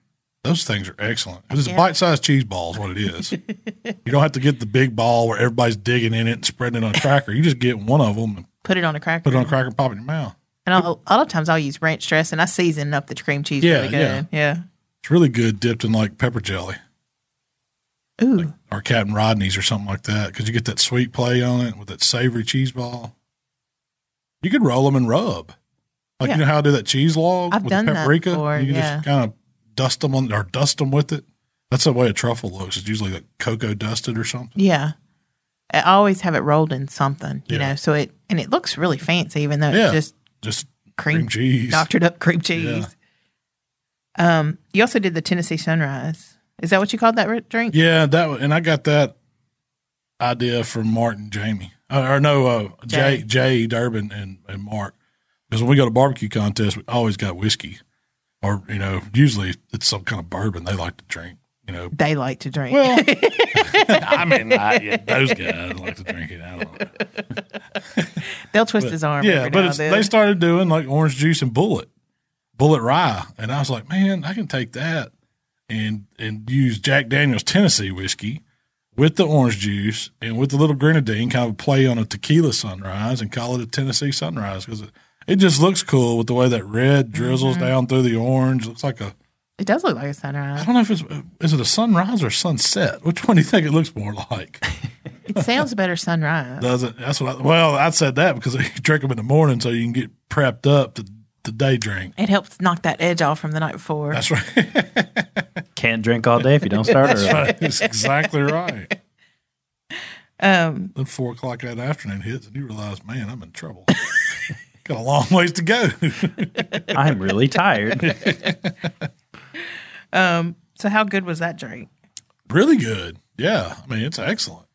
[SPEAKER 2] Those things are excellent. It's
[SPEAKER 3] Yeah.
[SPEAKER 2] bite-sized cheese ball is what it is. you don't have to get the big ball where everybody's digging in it and spreading it on a cracker. You just get one of them and
[SPEAKER 3] Put it on a cracker.
[SPEAKER 2] put it on a cracker and pop it in your mouth.
[SPEAKER 3] And I'll, a lot of times I'll use ranch dressing. I season up the cream cheese
[SPEAKER 2] Yeah,
[SPEAKER 3] really good. Yeah.
[SPEAKER 2] It's really good dipped in like pepper jelly
[SPEAKER 3] Ooh.
[SPEAKER 2] or Captain Rodney's or something like that because you get that sweet play on it with that savory cheese ball. You could roll them and rub. Like,
[SPEAKER 3] Yeah.
[SPEAKER 2] you know how I do that cheese log
[SPEAKER 3] I've
[SPEAKER 2] with
[SPEAKER 3] done
[SPEAKER 2] the
[SPEAKER 3] that
[SPEAKER 2] paprika?
[SPEAKER 3] before,
[SPEAKER 2] you can
[SPEAKER 3] yeah.
[SPEAKER 2] just kind of dust them on or dust them with it. That's the way a truffle looks. It's usually like cocoa dusted or something.
[SPEAKER 3] Yeah. I always have it rolled in something, you
[SPEAKER 2] Yeah.
[SPEAKER 3] know, so it, and it looks really fancy, even though
[SPEAKER 2] Yeah.
[SPEAKER 3] it's just
[SPEAKER 2] Just cream,
[SPEAKER 3] cream,
[SPEAKER 2] cheese.
[SPEAKER 3] doctored up cream cheese. Um, you also did the Tennessee Sunrise. Is that what you called that ri- drink?
[SPEAKER 2] Yeah, that wa- and I got that idea from Martin Jamie uh, or no uh, Jay
[SPEAKER 3] Jay.
[SPEAKER 2] Jay Durbin and and Mark because when we go to barbecue contests we always got whiskey or you know usually it's some kind of bourbon they like to drink you know
[SPEAKER 3] They like to drink.
[SPEAKER 2] well I mean I, yeah, those guys like to drink it I don't know
[SPEAKER 3] They'll twist his arm.
[SPEAKER 2] yeah
[SPEAKER 3] every
[SPEAKER 2] but
[SPEAKER 3] now
[SPEAKER 2] it's,
[SPEAKER 3] and
[SPEAKER 2] they
[SPEAKER 3] then.
[SPEAKER 2] started doing like orange juice and bullet bullet rye and I was like man I can take that and and use Jack Daniel's Tennessee whiskey with the orange juice and with the little grenadine, kind of play on a tequila sunrise and call it a Tennessee sunrise because it, it just looks cool with the way that red drizzles
[SPEAKER 3] Mm-hmm.
[SPEAKER 2] down through the orange. Looks like a
[SPEAKER 3] it does look like a
[SPEAKER 2] I
[SPEAKER 3] sunrise.
[SPEAKER 2] don't know if it's is it a sunrise or sunset. Which one do you think it looks more like?
[SPEAKER 3] It sounds better sunrise.
[SPEAKER 2] Does it? That's what. I, well, I said that because you drink them in the morning so you can get prepped up to the day drink.
[SPEAKER 3] It helps knock that edge off from the night before.
[SPEAKER 2] That's right.
[SPEAKER 4] Can't drink all day if you don't start early.
[SPEAKER 2] That's exactly right.
[SPEAKER 3] Um,
[SPEAKER 2] Then four o'clock that afternoon hits and you realize, man, I'm in trouble. Got a long ways to go.
[SPEAKER 4] I'm really tired.
[SPEAKER 3] Um, so how good was that drink?
[SPEAKER 2] really good. Yeah, I mean it's excellent.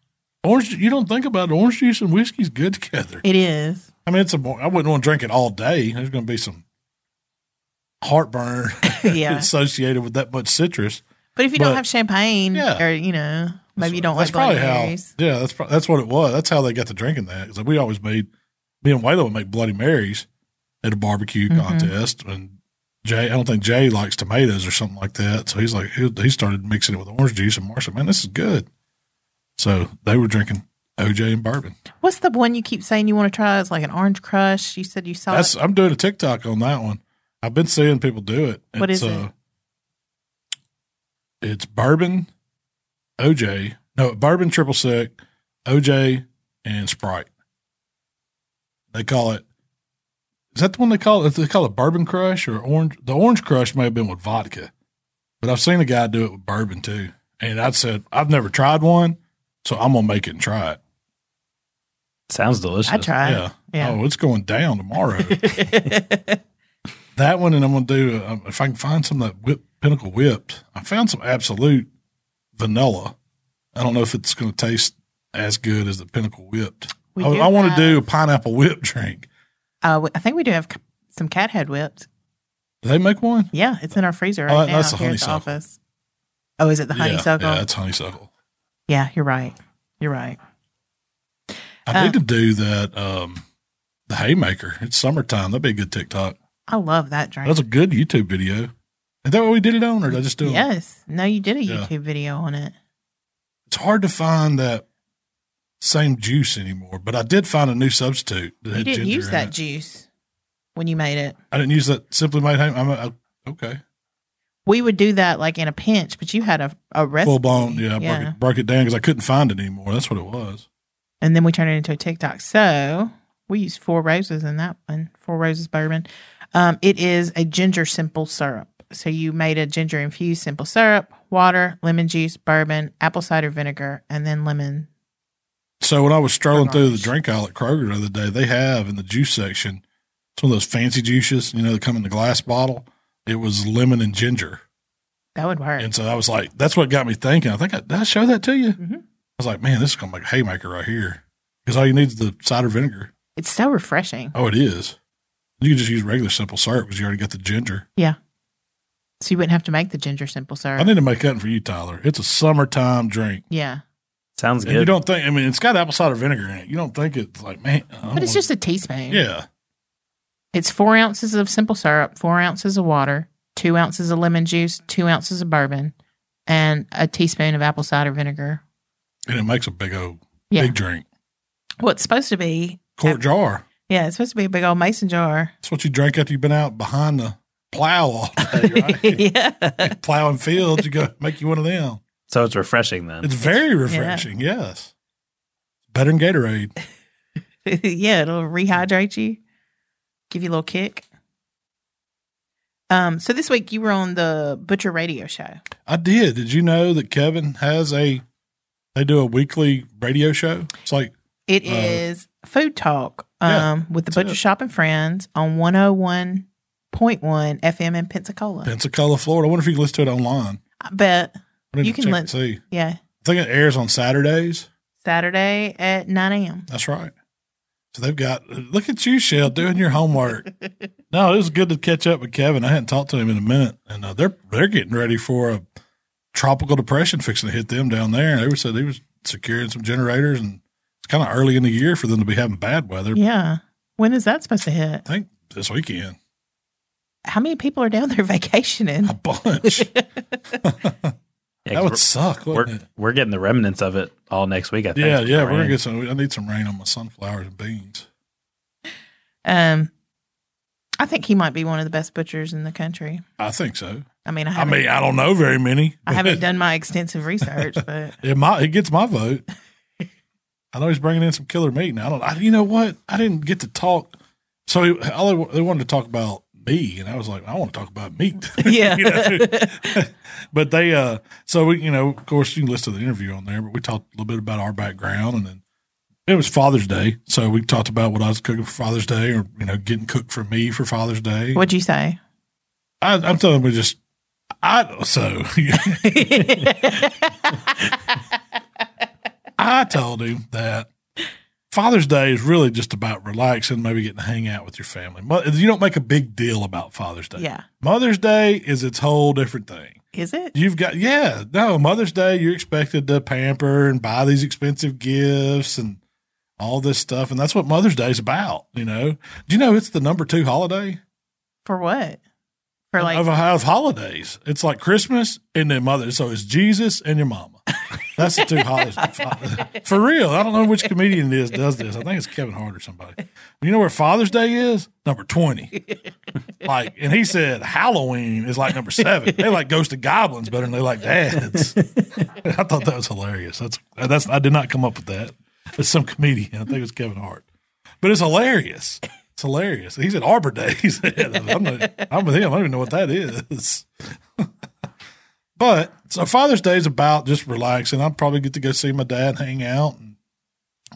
[SPEAKER 2] Orange, you don't think about it. orange juice and whiskey's good together.
[SPEAKER 3] It is.
[SPEAKER 2] I mean, it's a. I wouldn't want to drink it all day. There's going to be some heartburn
[SPEAKER 3] Yeah.
[SPEAKER 2] associated with that much citrus.
[SPEAKER 3] But if you
[SPEAKER 2] But-
[SPEAKER 3] don't have champagne,
[SPEAKER 2] Yeah.
[SPEAKER 3] or you know, maybe you don't
[SPEAKER 2] That's
[SPEAKER 3] like
[SPEAKER 2] probably
[SPEAKER 3] Bloody
[SPEAKER 2] how.
[SPEAKER 3] Marys.
[SPEAKER 2] Yeah, that's pro- that's what it was. That's how they got to drinking that. 'Cause we always made me and Waylon would make Bloody Marys at a barbecue
[SPEAKER 3] Mm-hmm.
[SPEAKER 2] contest, and Jay. I don't think Jay likes tomatoes or something like that. So he's like he, he started mixing it with orange juice, and Marcia, man, this is good. So they were drinking OJ and bourbon.
[SPEAKER 3] What's the one you keep saying you want to try? It's like an orange crush. You said you saw
[SPEAKER 2] That's
[SPEAKER 3] it.
[SPEAKER 2] I'm doing a TikTok on that one. I've been seeing people do it.
[SPEAKER 3] What
[SPEAKER 2] it's, uh,
[SPEAKER 3] is it?
[SPEAKER 2] It's bourbon, OJ. No, bourbon triple sec, OJ, and Sprite. They call it. Is that the one they call it? They call it bourbon crush or orange. The orange crush may have been with vodka, but I've seen a guy do it with bourbon too. And I said I've never tried one, so I'm gonna make it and try it.
[SPEAKER 4] Sounds delicious.
[SPEAKER 3] I tried.
[SPEAKER 2] Yeah.
[SPEAKER 3] Yeah.
[SPEAKER 2] Oh, it's going down tomorrow. that one, and I'm going to do um, if I can find some of that whip, pinnacle whipped. I found some absolute vanilla. I don't know if it's going to taste as good as the pinnacle whipped.
[SPEAKER 3] We
[SPEAKER 2] I,
[SPEAKER 3] do
[SPEAKER 2] oh, I want to
[SPEAKER 3] have-
[SPEAKER 2] do a pineapple whip drink.
[SPEAKER 3] Uh, we- I think we do have c- some cat head whipped.
[SPEAKER 2] Do they make one?
[SPEAKER 3] Yeah, it's in our freezer right
[SPEAKER 2] Oh,
[SPEAKER 3] now
[SPEAKER 2] that's the
[SPEAKER 3] here at the
[SPEAKER 2] honeysuckle.
[SPEAKER 3] office. Oh, is it the honeysuckle?
[SPEAKER 2] Yeah,
[SPEAKER 3] Yeah,
[SPEAKER 2] yeah, it's honeysuckle.
[SPEAKER 3] you're right. You're right.
[SPEAKER 2] I
[SPEAKER 3] Uh,
[SPEAKER 2] need to do that. Um, The haymaker. It's summertime. That'd be a good TikTok.
[SPEAKER 3] I love that drink.
[SPEAKER 2] That's a good YouTube video. Is that what we did it on, or did I just do it?
[SPEAKER 3] yes. No, you did a
[SPEAKER 2] Yeah.
[SPEAKER 3] YouTube video on it.
[SPEAKER 2] It's hard to find that same juice anymore, but I did find a new substitute. That
[SPEAKER 3] You
[SPEAKER 2] had
[SPEAKER 3] didn't
[SPEAKER 2] ginger
[SPEAKER 3] use
[SPEAKER 2] in
[SPEAKER 3] that
[SPEAKER 2] it.
[SPEAKER 3] juice when you made it.
[SPEAKER 2] I didn't use that simply made ham. I'm a, I, okay.
[SPEAKER 3] We would do that like in a pinch, but you had a, a recipe.
[SPEAKER 2] Full blown. Yeah, I Broke,
[SPEAKER 3] yeah.
[SPEAKER 2] it, broke it down because I couldn't find it anymore. That's what it was.
[SPEAKER 3] And then we turned it into a TikTok. So we used four roses in that one, four roses bourbon. Um, it is a ginger simple syrup. So you made a ginger infused simple syrup, water, lemon juice, bourbon, apple cider vinegar, and then lemon.
[SPEAKER 2] So when I was strolling
[SPEAKER 3] Or
[SPEAKER 2] through the
[SPEAKER 3] garnish.
[SPEAKER 2] drink aisle at Kroger the other day, they have in the juice section, it's one of those fancy juices, you know, that come in the glass bottle. It was lemon and ginger.
[SPEAKER 3] That would work.
[SPEAKER 2] And so I was like, that's what got me thinking. I think I, did I show that to you?
[SPEAKER 3] Mhm.
[SPEAKER 2] I was like, man, this is going to make a haymaker right here. Because all you need is the cider vinegar.
[SPEAKER 3] It's so refreshing.
[SPEAKER 2] Oh, it is. You can just use regular simple syrup because you already got the ginger.
[SPEAKER 3] Yeah. So you wouldn't have to make the ginger simple syrup.
[SPEAKER 2] I need to make that for you, Tyler. It's a summertime drink.
[SPEAKER 3] yeah.
[SPEAKER 4] Sounds
[SPEAKER 2] And you
[SPEAKER 4] good.
[SPEAKER 2] don't think, I mean, it's got apple cider vinegar in it. You don't think it's like, man. I
[SPEAKER 3] But it's
[SPEAKER 2] wanna-
[SPEAKER 3] just a teaspoon.
[SPEAKER 2] Yeah.
[SPEAKER 3] It's four ounces of simple syrup, four ounces of water, two ounces of lemon juice, two ounces of bourbon, and a teaspoon of apple cider vinegar.
[SPEAKER 2] And it makes a big old,
[SPEAKER 3] Yeah.
[SPEAKER 2] big drink.
[SPEAKER 3] Well, it's supposed to be.
[SPEAKER 2] Quart jar.
[SPEAKER 3] Yeah, it's supposed to be a big old mason jar.
[SPEAKER 2] That's what you drink after you've been out behind the plow all day, right?
[SPEAKER 3] yeah.
[SPEAKER 2] Plowing fields, you go make you one of them.
[SPEAKER 4] so it's refreshing then.
[SPEAKER 2] It's very refreshing. Yes. Better than Gatorade.
[SPEAKER 3] yeah, it'll rehydrate you, give you a little kick. Um, so this week you were on the Butcher Radio Show.
[SPEAKER 2] I did. Did you know that Kevin has a, they do a weekly radio show? It's like,
[SPEAKER 3] It
[SPEAKER 2] Uh,
[SPEAKER 3] is Food Talk um,
[SPEAKER 2] yeah,
[SPEAKER 3] with the
[SPEAKER 2] that's
[SPEAKER 3] Butcher
[SPEAKER 2] it.
[SPEAKER 3] Shop and Friends on 101.1 FM in Pensacola.
[SPEAKER 2] Pensacola, Florida. I wonder if you can listen to it online.
[SPEAKER 3] I bet.
[SPEAKER 2] I need
[SPEAKER 3] You
[SPEAKER 2] to
[SPEAKER 3] can
[SPEAKER 2] check
[SPEAKER 3] let-
[SPEAKER 2] and see.
[SPEAKER 3] Yeah.
[SPEAKER 2] I think it airs on Saturdays.
[SPEAKER 3] Saturday at 9 a.m.
[SPEAKER 2] That's right. So they've got. Look at you, Shell, doing your homework. no, it was good to catch up with Kevin. I hadn't talked to him in a minute, and uh, they're they're getting ready for a tropical depression fixing to hit them down there. And they were said he was securing some generators, and it's kind of early in the year for them to be having bad weather.
[SPEAKER 3] Yeah. When is that supposed to hit?
[SPEAKER 2] I think this weekend
[SPEAKER 3] How many people are down there vacationing?
[SPEAKER 2] a bunch.
[SPEAKER 4] Yeah, 'cause
[SPEAKER 2] that would suck.
[SPEAKER 4] we're,
[SPEAKER 2] Wouldn't
[SPEAKER 4] we're,
[SPEAKER 2] it?
[SPEAKER 4] we're getting the remnants of it all next week. I think.
[SPEAKER 2] Yeah, yeah, we're gonna
[SPEAKER 4] Rain.
[SPEAKER 2] get some. I need some rain on my sunflowers and beans.
[SPEAKER 3] Um, I think he might be one of the best butchers in the country.
[SPEAKER 2] I think so.
[SPEAKER 3] I mean, I
[SPEAKER 2] I
[SPEAKER 3] haven't, I
[SPEAKER 2] mean, I don't know very many.
[SPEAKER 3] haven't
[SPEAKER 2] but-
[SPEAKER 3] done my extensive research, but
[SPEAKER 2] It might. It gets my vote. I know he's bringing in some killer meat. Now I don't. I, you know what? I didn't get to talk. So he, all they, they wanted to talk about me, and I was like, I want to talk about meat.
[SPEAKER 3] yeah.
[SPEAKER 2] You know? but they. uh So we, you know, of course, you can listen to the interview on there. But we talked a little bit about our background, and then it was Father's Day, so we talked about what I was cooking for Father's Day, or you know, getting cooked for me for Father's Day.
[SPEAKER 3] What'd you say?
[SPEAKER 2] I, I'm telling we just. I so I told him that Father's Day is really just about relaxing, maybe getting to hang out with your family. Mo- You don't make a big deal about Father's Day.
[SPEAKER 3] yeah.
[SPEAKER 2] Mother's Day is its whole different thing.
[SPEAKER 3] Is it?
[SPEAKER 2] You've got, yeah, no, Mother's Day, you're expected to pamper and buy these expensive gifts and all this stuff. And that's what Mother's Day is about, you know? Do you know it's the number two holiday
[SPEAKER 3] For what? For like,
[SPEAKER 2] of, of holidays? It's like Christmas and then Mother. So it's Jesus and your mama. That's the two holidays. For real. I don't know which comedian it is does this. I think it's Kevin Hart or somebody. You know where Father's Day is? Number 20. Like, and he said Halloween is like number seven. They like ghosts and goblins better than they like dads. I thought that was hilarious. That's, that's, I did not come up with that. It's some comedian. I think it was Kevin Hart. But it's hilarious. It's hilarious. He said Arbor Day. He said, I'm, not, I'm with him. I don't even know what that is. But so Father's Day is about just relaxing. I'll probably get to go see my dad, hang out. And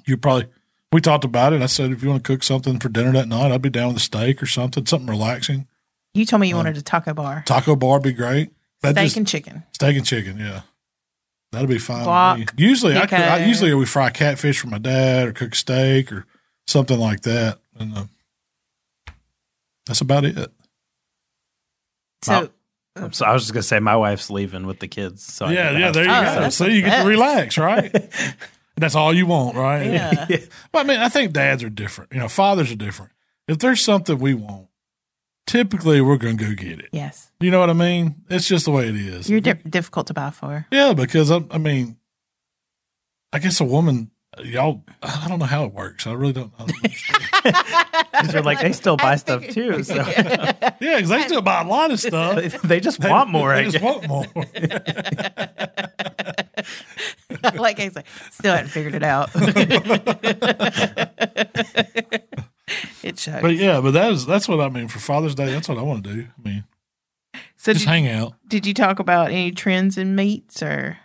[SPEAKER 2] you probably we talked about it. I said if you want to cook something for dinner that night, I'd be down with a steak or something, something relaxing.
[SPEAKER 3] you told me you wanted a taco bar,
[SPEAKER 2] Taco bar would be great. That
[SPEAKER 3] steak
[SPEAKER 2] uh, just,
[SPEAKER 3] and chicken.
[SPEAKER 2] steak and chicken, yeah. That'd be fine. with
[SPEAKER 3] Guac,
[SPEAKER 2] me. usually, I, could, I
[SPEAKER 3] pico.
[SPEAKER 2] usually we fry catfish for my dad or cook steak or something like that, and uh, that's about it.
[SPEAKER 3] So,
[SPEAKER 4] I'm so- I was just gonna say my wife's leaving with the kids. So I
[SPEAKER 2] yeah,
[SPEAKER 4] get
[SPEAKER 2] yeah.
[SPEAKER 4] to
[SPEAKER 2] There
[SPEAKER 4] have-
[SPEAKER 2] you
[SPEAKER 3] Oh,
[SPEAKER 2] go.
[SPEAKER 3] that's
[SPEAKER 2] So
[SPEAKER 3] the
[SPEAKER 2] you get
[SPEAKER 3] best.
[SPEAKER 2] to relax, right? That's all you want, right?
[SPEAKER 3] Yeah.
[SPEAKER 2] But I mean, I think dads are different. You know, fathers are different. If there's something we want, typically we're going to go get it.
[SPEAKER 3] yes.
[SPEAKER 2] You know what I mean? It's just the way it is.
[SPEAKER 3] You're di- difficult to buy for.
[SPEAKER 2] Yeah, because I, I mean, I guess a woman, y'all, I don't know how it works. I really don't. I don't understand.
[SPEAKER 4] Because you're like, they still buy stuff too. So
[SPEAKER 2] yeah, because they still buy a lot of stuff.
[SPEAKER 4] they, they just want more,
[SPEAKER 2] They
[SPEAKER 4] I
[SPEAKER 2] just want
[SPEAKER 4] guess.
[SPEAKER 2] more.
[SPEAKER 3] like I said, still hadn't figured it out. it sucks.
[SPEAKER 2] But yeah, but that is that's what I mean for Father's Day. That's what I want to do. I mean,
[SPEAKER 3] so
[SPEAKER 2] just
[SPEAKER 3] did,
[SPEAKER 2] hang out.
[SPEAKER 3] did you talk about any trends in meats or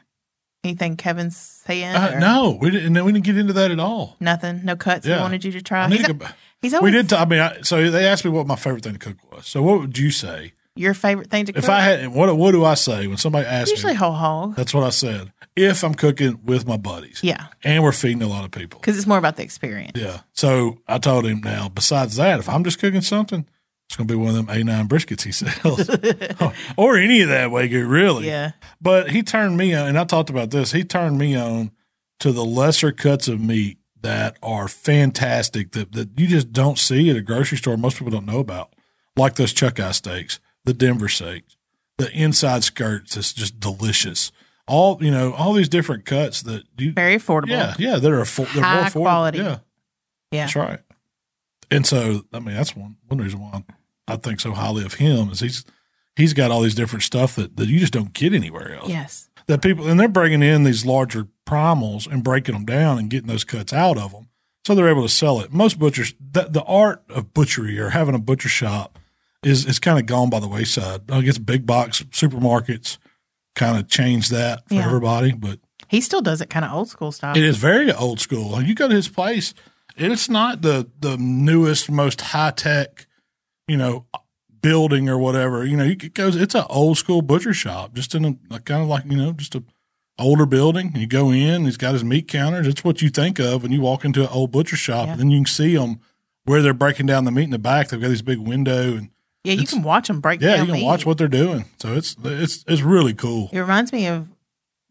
[SPEAKER 3] anything Kevin's saying?
[SPEAKER 2] Uh,
[SPEAKER 3] or
[SPEAKER 2] no, we didn't. No, we didn't get into that at all.
[SPEAKER 3] Nothing? No cuts
[SPEAKER 2] Yeah.
[SPEAKER 3] he wanted you to
[SPEAKER 2] I
[SPEAKER 3] try?
[SPEAKER 2] need
[SPEAKER 3] He's,
[SPEAKER 2] to go back.
[SPEAKER 3] he's always
[SPEAKER 2] we did. T- I mean, I, so they asked me what my favorite thing to cook was. So what would you say
[SPEAKER 3] your favorite thing to cook?
[SPEAKER 2] if I had? What What do I say when somebody asks
[SPEAKER 3] Usually
[SPEAKER 2] me?
[SPEAKER 3] whole hog.
[SPEAKER 2] That's what I said. If I'm cooking with my buddies,
[SPEAKER 3] Yeah.
[SPEAKER 2] and we're feeding a lot of people,
[SPEAKER 3] Because it's more about the experience.
[SPEAKER 2] yeah. So I told him now. Besides that, if I'm just cooking something. It's going to be one of them A9 briskets he sells, or any of that Wagyu, really.
[SPEAKER 3] Yeah.
[SPEAKER 2] But he turned me on, and I talked about this. He turned me on to the lesser cuts of meat that are fantastic that, that you just don't see at a grocery store. Most people don't know about, like those chuck eye steaks, the Denver steaks, the inside skirts. It's just delicious. All you know, all these different cuts that you,
[SPEAKER 3] Very affordable.
[SPEAKER 2] yeah, yeah, that are affo- they're more
[SPEAKER 3] High
[SPEAKER 2] affordable.
[SPEAKER 3] quality.
[SPEAKER 2] Yeah,
[SPEAKER 3] Yeah.
[SPEAKER 2] that's right. And so, I mean, that's one one reason why I think so highly of him is he's he's got all these different stuff that, that you just don't get anywhere else
[SPEAKER 3] Yes.
[SPEAKER 2] that people and they're bringing in these larger primals and breaking them down and getting those cuts out of them so they're able to sell it most butchers the, the art of butchery or having a butcher shop is is kind of gone by the wayside i guess big box supermarkets kind of changed that for
[SPEAKER 3] Yeah.
[SPEAKER 2] everybody but
[SPEAKER 3] He still does it kind of old school style.
[SPEAKER 2] it is very old school Like, you go to his place it's not the the newest most high tech you know building or whatever you know it goes it's an old school butcher shop just in a, like kind of like you know just a older building and you go in he's got his meat counters it's what you think of when you walk into an old butcher shop
[SPEAKER 3] Yeah.
[SPEAKER 2] and then you can see them where they're breaking down the meat in the back they've got this big window and
[SPEAKER 3] Yeah, you
[SPEAKER 2] It's-
[SPEAKER 3] can watch them break
[SPEAKER 2] yeah
[SPEAKER 3] down.
[SPEAKER 2] you can
[SPEAKER 3] meat.
[SPEAKER 2] watch what they're doing so it's it's it's really cool
[SPEAKER 3] It reminds me of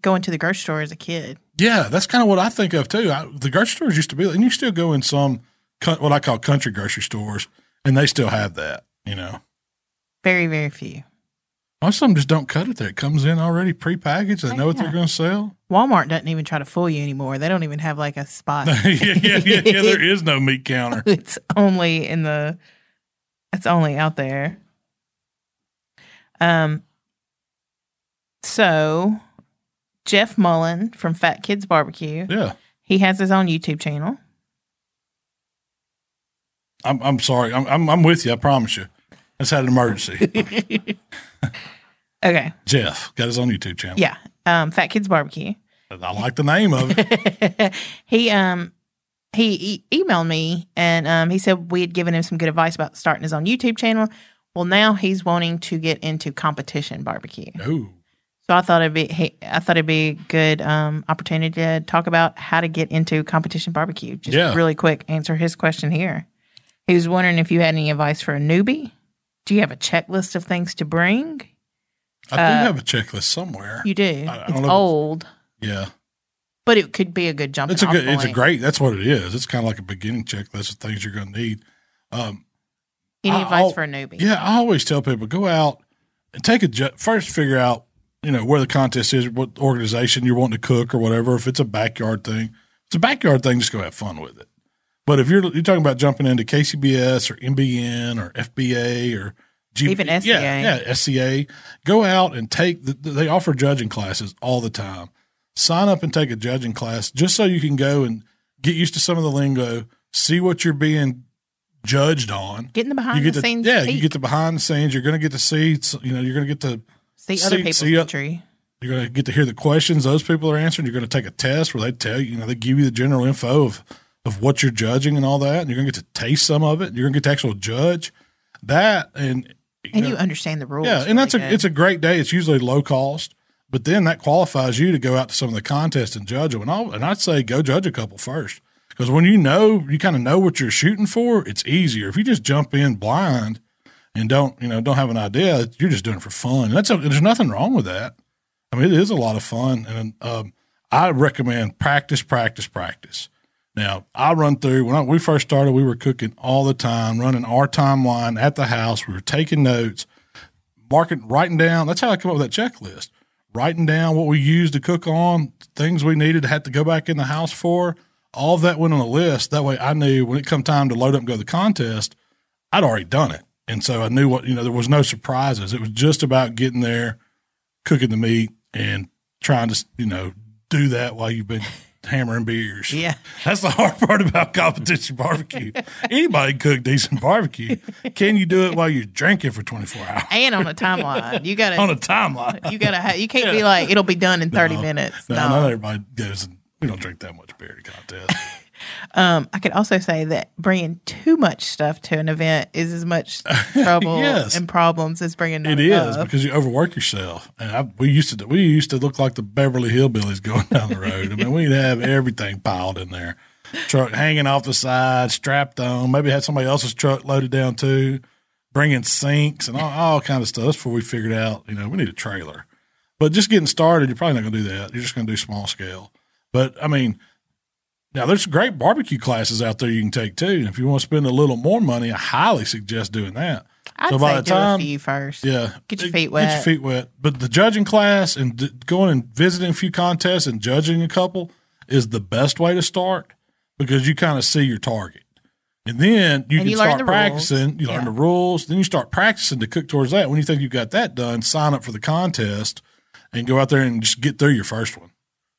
[SPEAKER 3] going to the grocery store as a kid.
[SPEAKER 2] Yeah, that's kind of what I think of too. I, the grocery stores used to be, and you still go in some co- what I call country grocery stores, and they still have that. You know,
[SPEAKER 3] Very, very few.
[SPEAKER 2] most of them just don't cut it there. It comes in already prepackaged. They know what they're
[SPEAKER 3] Yeah.
[SPEAKER 2] going to sell.
[SPEAKER 3] Walmart doesn't even try to fool you anymore. They don't even have like a spot.
[SPEAKER 2] yeah, yeah, yeah, yeah. There is no meat counter.
[SPEAKER 3] it's only in the. It's only out there. Um. So, Jeff Mullen from Fat Kids Barbecue,
[SPEAKER 2] Yeah,
[SPEAKER 3] he has his own YouTube channel.
[SPEAKER 2] I'm. I'm sorry. I'm. I'm, I'm with you. I promise you. That's had an emergency.
[SPEAKER 3] Okay,
[SPEAKER 2] Jeff got his own YouTube channel.
[SPEAKER 3] yeah, um, Fat Kids Barbecue.
[SPEAKER 2] I like the name of it.
[SPEAKER 3] he um he e- emailed me and um he said we had given him some good advice about starting his own YouTube channel. Well, now he's wanting to get into competition barbecue.
[SPEAKER 2] Oh,
[SPEAKER 3] So I thought it'd be he, I thought it'd be a good um, opportunity to talk about how to get into competition barbecue. Just
[SPEAKER 2] Yeah.
[SPEAKER 3] really quick, answer his question here. He was wondering if you had any advice for a newbie. Do you have a checklist of things to bring?
[SPEAKER 2] I do
[SPEAKER 3] Uh,
[SPEAKER 2] have a checklist somewhere.
[SPEAKER 3] You do.
[SPEAKER 2] I don't know if
[SPEAKER 3] it's
[SPEAKER 2] it's-
[SPEAKER 3] old,
[SPEAKER 2] Yeah.
[SPEAKER 3] but it could be a good jump.
[SPEAKER 2] It's a good. It's a great. That's what it is. It's kind of like a beginning checklist of things you're going to need. Um,
[SPEAKER 3] Any
[SPEAKER 2] I-
[SPEAKER 3] advice
[SPEAKER 2] I'll-
[SPEAKER 3] for a newbie?
[SPEAKER 2] yeah, I always tell people go out and take a ju- first figure out you know where the contest is, what organization you're wanting to cook or whatever. If it's a backyard thing, if it's a backyard thing. Just go have fun with it. But if you're you're talking about jumping into KCBS or MBN or FBA or G-
[SPEAKER 3] Even SCA.
[SPEAKER 2] yeah, yeah, SCA, go out and take. The, they offer judging classes all the time. Sign up and take a judging class just so you can go and get used to some of the lingo, see what you're being judged on,
[SPEAKER 3] Getting the
[SPEAKER 2] you
[SPEAKER 3] behind
[SPEAKER 2] get
[SPEAKER 3] the
[SPEAKER 2] to,
[SPEAKER 3] scenes.
[SPEAKER 2] yeah, you
[SPEAKER 3] peek.
[SPEAKER 2] get the behind the scenes. You're going to get to see, s- you know, you're going to get to,
[SPEAKER 3] see
[SPEAKER 2] see-
[SPEAKER 3] other people's
[SPEAKER 2] see, uh,
[SPEAKER 3] imagery.
[SPEAKER 2] you're going to get to hear the questions those people are answering. You're going to take a test where they tell you, you know, they give you the general info of, of what you're judging and all that. And you're going to get to taste some of it. You're going to get to actual judge that. And, you
[SPEAKER 3] and
[SPEAKER 2] know,
[SPEAKER 3] you understand the rules.
[SPEAKER 2] yeah. And that's a, it's
[SPEAKER 3] a
[SPEAKER 2] a great day. It's usually low cost, but then that qualifies you to go out to some of the contests and judge them. And, I'll, and I'd say go judge a couple first. Because when you know, you kind of know what you're shooting for, it's easier. If you just jump in blind, and don't you know don't have an idea you're just doing it for fun And that's a, there's nothing wrong with that i mean it is a lot of fun and um, I recommend practice, practice, practice. Now, I run through when I, we first started, we were cooking all the time, running our timeline at the house. We were taking notes, marking, writing down. That's how I come up with that checklist. Writing down what we used to cook on, things we needed had to go back in the house for. All that went on a list. That way, I knew when it come time to load up and go to the contest, I'd already done it, and so I knew what you know. There was no surprises. It was just about getting there, cooking the meat, and trying to you know do that while you've been hammering beers.
[SPEAKER 3] Yeah.
[SPEAKER 2] That's the hard part about competition barbecue. Anybody can cook decent barbecue. Can you do it while you're drinking for 24 hours
[SPEAKER 3] and on a timeline. You gotta
[SPEAKER 2] on a timeline?
[SPEAKER 3] you gotta ha- you can't be like it'll be done in thirty
[SPEAKER 2] No.
[SPEAKER 3] minutes.
[SPEAKER 2] No,
[SPEAKER 3] No.
[SPEAKER 2] not everybody goes. And, we don't drink that much beer to contest.
[SPEAKER 3] Um, I could also say that bringing too much stuff to an event is as much trouble
[SPEAKER 2] Yes.
[SPEAKER 3] and problems as bringing
[SPEAKER 2] It
[SPEAKER 3] not
[SPEAKER 2] is
[SPEAKER 3] enough.
[SPEAKER 2] because you overwork yourself. And I, we used to do- we used to look like the Beverly Hillbillies going down the road. I mean, we'd have everything piled in there, truck hanging off the side, strapped on. Maybe had somebody else's truck loaded down too, bringing sinks and all, all kind of stuff. That's before we figured out, you know, we need a trailer. But just getting started, you're probably not going to do that. You're just going to do small scale. But I mean, now there's great barbecue classes out there you can take too. If you want to spend a little more money, I highly suggest doing that.
[SPEAKER 3] I'd
[SPEAKER 2] So by
[SPEAKER 3] say
[SPEAKER 2] the
[SPEAKER 3] do a
[SPEAKER 2] time-
[SPEAKER 3] few first.
[SPEAKER 2] Yeah.
[SPEAKER 3] Get your
[SPEAKER 2] Uh,
[SPEAKER 3] feet
[SPEAKER 2] Get
[SPEAKER 3] wet.
[SPEAKER 2] your feet wet. But the judging class and d- going and visiting a few contests and judging a couple is the best way to start because you kind of see your target. And then you
[SPEAKER 3] And
[SPEAKER 2] can
[SPEAKER 3] you learn
[SPEAKER 2] start
[SPEAKER 3] the rules.
[SPEAKER 2] practicing. You learn
[SPEAKER 3] Yeah.
[SPEAKER 2] the rules. Then you start practicing to cook towards that. When you think you've got that done, sign up for the contest and go out there and just get through your first one.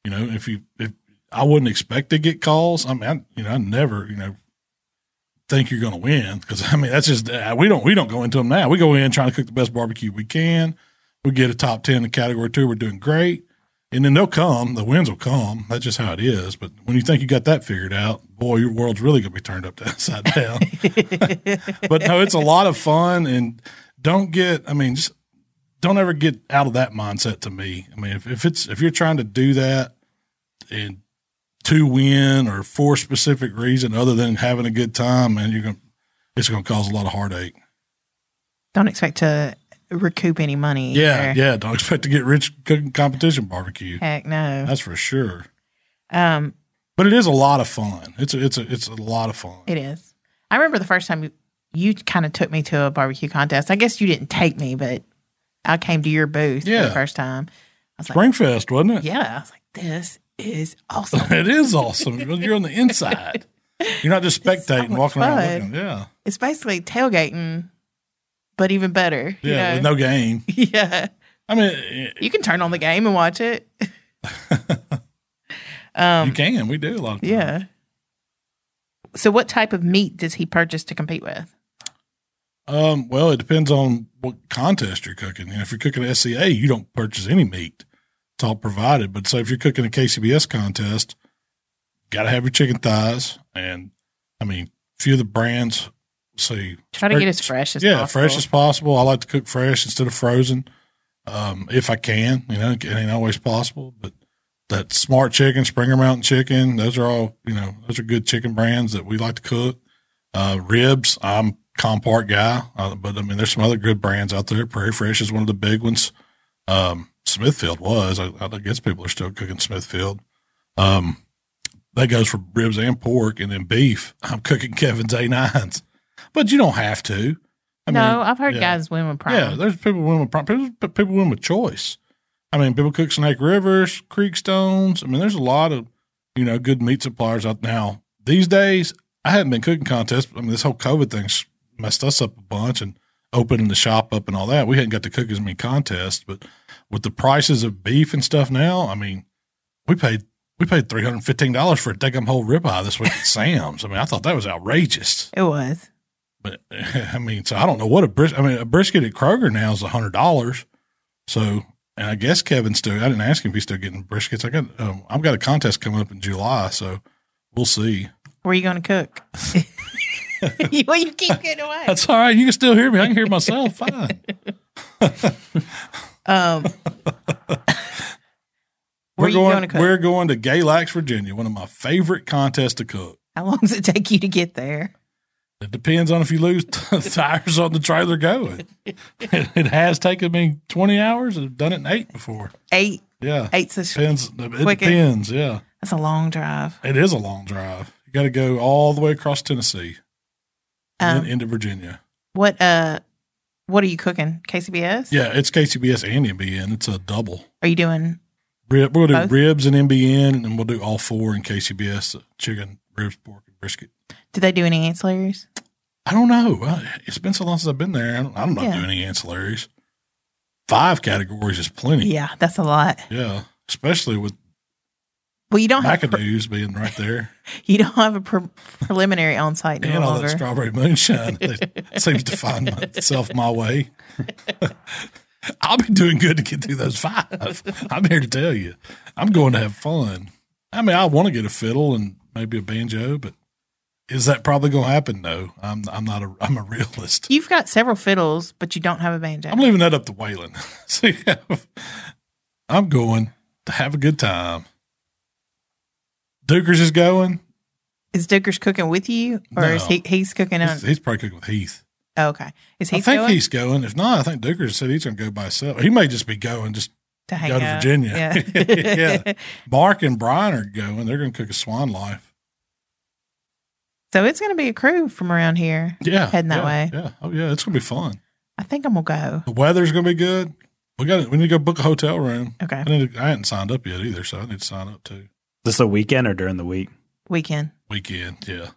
[SPEAKER 2] You know, if you, if I wouldn't expect to get calls, I mean, I, you know, I never, you know, think you're going to win because I mean that's just uh, we don't we don't go into them now. We go in trying to cook the best barbecue we can. We get a top ten in category two. We're doing great, and then they'll come. The wins will come. That's just how it is. But when you think you got that figured out, boy, your world's really going to be turned up upside down. but no, it's a lot of fun, and don't get. I mean, just don't ever get out of that mindset. To me, I mean, if, if it's if you're trying to do that and to win or for a specific reason other than having a good time, and you're gonna it's gonna cause a lot of heartache.
[SPEAKER 3] Don't expect to recoup any money.
[SPEAKER 2] Yeah,
[SPEAKER 3] either.
[SPEAKER 2] yeah. Don't expect to get rich cooking competition barbecue.
[SPEAKER 3] Heck no.
[SPEAKER 2] That's for sure.
[SPEAKER 3] Um,
[SPEAKER 2] But it is a lot of fun. It's a, it's a, it's a lot of fun.
[SPEAKER 3] it is. I remember the first time you, you kind of took me to a barbecue contest. I guess you didn't take me, but I came to your booth for
[SPEAKER 2] Yeah.
[SPEAKER 3] the first time. I was like,
[SPEAKER 2] Springfest, wasn't it?
[SPEAKER 3] yeah. I was like, this is awesome.
[SPEAKER 2] It is awesome. You're on the inside. You're not just
[SPEAKER 3] It's so
[SPEAKER 2] spectating,
[SPEAKER 3] much
[SPEAKER 2] walking around.
[SPEAKER 3] fun.
[SPEAKER 2] Looking. Yeah,
[SPEAKER 3] it's basically tailgating, but even better. you
[SPEAKER 2] yeah. With
[SPEAKER 3] know?
[SPEAKER 2] no game.
[SPEAKER 3] yeah.
[SPEAKER 2] I mean, it-
[SPEAKER 3] You can turn on the game and watch it. Um,
[SPEAKER 2] you can. We do a lot of times.
[SPEAKER 3] Yeah. So, what type of meat does he purchase to compete with?
[SPEAKER 2] Um, well, it depends on what contest you're cooking. You know, if you're cooking a SCA, you don't purchase any meat. It's all provided. But so if you're cooking a KCBS contest, got to have your chicken thighs. And I mean, a few of the brands, let's see,
[SPEAKER 3] Try to get as fresh as
[SPEAKER 2] yeah,
[SPEAKER 3] possible.
[SPEAKER 2] fresh as possible. I like to cook fresh instead of frozen, um, if I can. You know, it ain't always possible, but that smart chicken, Springer Mountain chicken, those are all you know. Those are good chicken brands that we like to cook. Uh, ribs, I'm Compart guy, uh, but I mean, there's some other good brands out there. Prairie Fresh is one of the big ones. Um, Smithfield was. I, I guess people are still cooking Smithfield. Um, that goes for ribs and pork, and then beef. I'm cooking Kevin's A9s, but you don't have to. I
[SPEAKER 3] no, I've heard
[SPEAKER 2] yeah.
[SPEAKER 3] guys women prime.
[SPEAKER 2] Yeah, there's people win with pro- people, people win with choice. I mean, people cook Snake Rivers, Creek Stones. I mean, there's a lot of you know good meat suppliers out now these days. I haven't been cooking contests. but, I mean, this whole COVID thing's messed us up a bunch and opening the shop up and all that. We hadn't got to cook as many contests, but with the prices of beef and stuff now, I mean, we paid we paid three hundred fifteen dollars for a take home whole ribeye this week at Sam's. I mean, I thought that was outrageous.
[SPEAKER 3] It was.
[SPEAKER 2] But I mean, so I don't know what a brisket. I mean, a brisket at Kroger now is a hundred dollars. So, and I guess Kevin's still. I didn't ask him if he's still getting briskets. I got. Um, I've got a contest coming up in July, so we'll see.
[SPEAKER 3] Where are you going to cook? well, you keep getting away.
[SPEAKER 2] That's all right. You can still hear me. I can hear myself. Fine.
[SPEAKER 3] Um,
[SPEAKER 2] We're
[SPEAKER 3] where are you
[SPEAKER 2] going.
[SPEAKER 3] going to cook?
[SPEAKER 2] We're going to Galax, Virginia. One of my favorite contests to cook.
[SPEAKER 3] How long does it take you to get there?
[SPEAKER 2] It depends on if you lose tires on the trailer going. it has taken me twenty hours. I've done it in eight before.
[SPEAKER 3] Eight.
[SPEAKER 2] Yeah.
[SPEAKER 3] Eight's a, sh-
[SPEAKER 2] Depends. It
[SPEAKER 3] Quick- eh?
[SPEAKER 2] depends. Yeah.
[SPEAKER 3] that's a long drive.
[SPEAKER 2] It is a long drive. You got to go all the way across Tennessee and
[SPEAKER 3] Um,
[SPEAKER 2] then into Virginia.
[SPEAKER 3] What uh, what are you cooking? KCBS?
[SPEAKER 2] Yeah. It's KCBS and NBN. It's a double.
[SPEAKER 3] Are you doing?
[SPEAKER 2] Rib, we'll do
[SPEAKER 3] Both?
[SPEAKER 2] ribs and NBN, and we'll do all four in KCBS uh, chicken, ribs, pork, and brisket.
[SPEAKER 3] Do they do any ancillaries?
[SPEAKER 2] I don't know. I, it's been so long since I've been there. I don't, I'm not
[SPEAKER 3] Yeah.
[SPEAKER 2] doing any ancillaries. Five categories is plenty.
[SPEAKER 3] Yeah, that's a lot.
[SPEAKER 2] Yeah. Especially with
[SPEAKER 3] Well, you don't have pre-
[SPEAKER 2] McAdoo's being right there
[SPEAKER 3] you don't have a pre- preliminary on site no
[SPEAKER 2] and all that
[SPEAKER 3] longer.
[SPEAKER 2] strawberry moonshine that seems to find myself my way. I'll be doing good to get through those five. I'm here to tell you. I'm going to have fun. I mean, I want to get a fiddle and maybe a banjo, but is that probably going to happen? No, I'm, I'm not a, I'm a realist.
[SPEAKER 3] You've got several fiddles, but you don't have a banjo.
[SPEAKER 2] I'm leaving that up to Waylon. See, I'm going to have a good time. Dukers is going.
[SPEAKER 3] is Dukers cooking with you, or is
[SPEAKER 2] No.
[SPEAKER 3] he he's cooking on?
[SPEAKER 2] He's, he's probably cooking with Heath.
[SPEAKER 3] oh, okay, is he
[SPEAKER 2] I think
[SPEAKER 3] going
[SPEAKER 2] he's going. If not, I think Dukers said he's going to go by himself. He may just be going. Just
[SPEAKER 3] to hang
[SPEAKER 2] go to
[SPEAKER 3] out?
[SPEAKER 2] Virginia.
[SPEAKER 3] Yeah.
[SPEAKER 2] Yeah. Mark and Brian are going. They're going to cook a swan life.
[SPEAKER 3] so it's going to be a crew from around here.
[SPEAKER 2] Yeah,
[SPEAKER 3] Heading that
[SPEAKER 2] yeah,
[SPEAKER 3] way.
[SPEAKER 2] Yeah. Oh yeah, it's going to be fun.
[SPEAKER 3] I think I'm gonna go.
[SPEAKER 2] The weather's going to be good. We got. We need to go book a hotel room.
[SPEAKER 3] Okay,
[SPEAKER 2] I, need to, I hadn't signed up yet either, so I need to sign up too.
[SPEAKER 4] this a weekend or during the week?
[SPEAKER 3] weekend.
[SPEAKER 2] weekend. Yeah.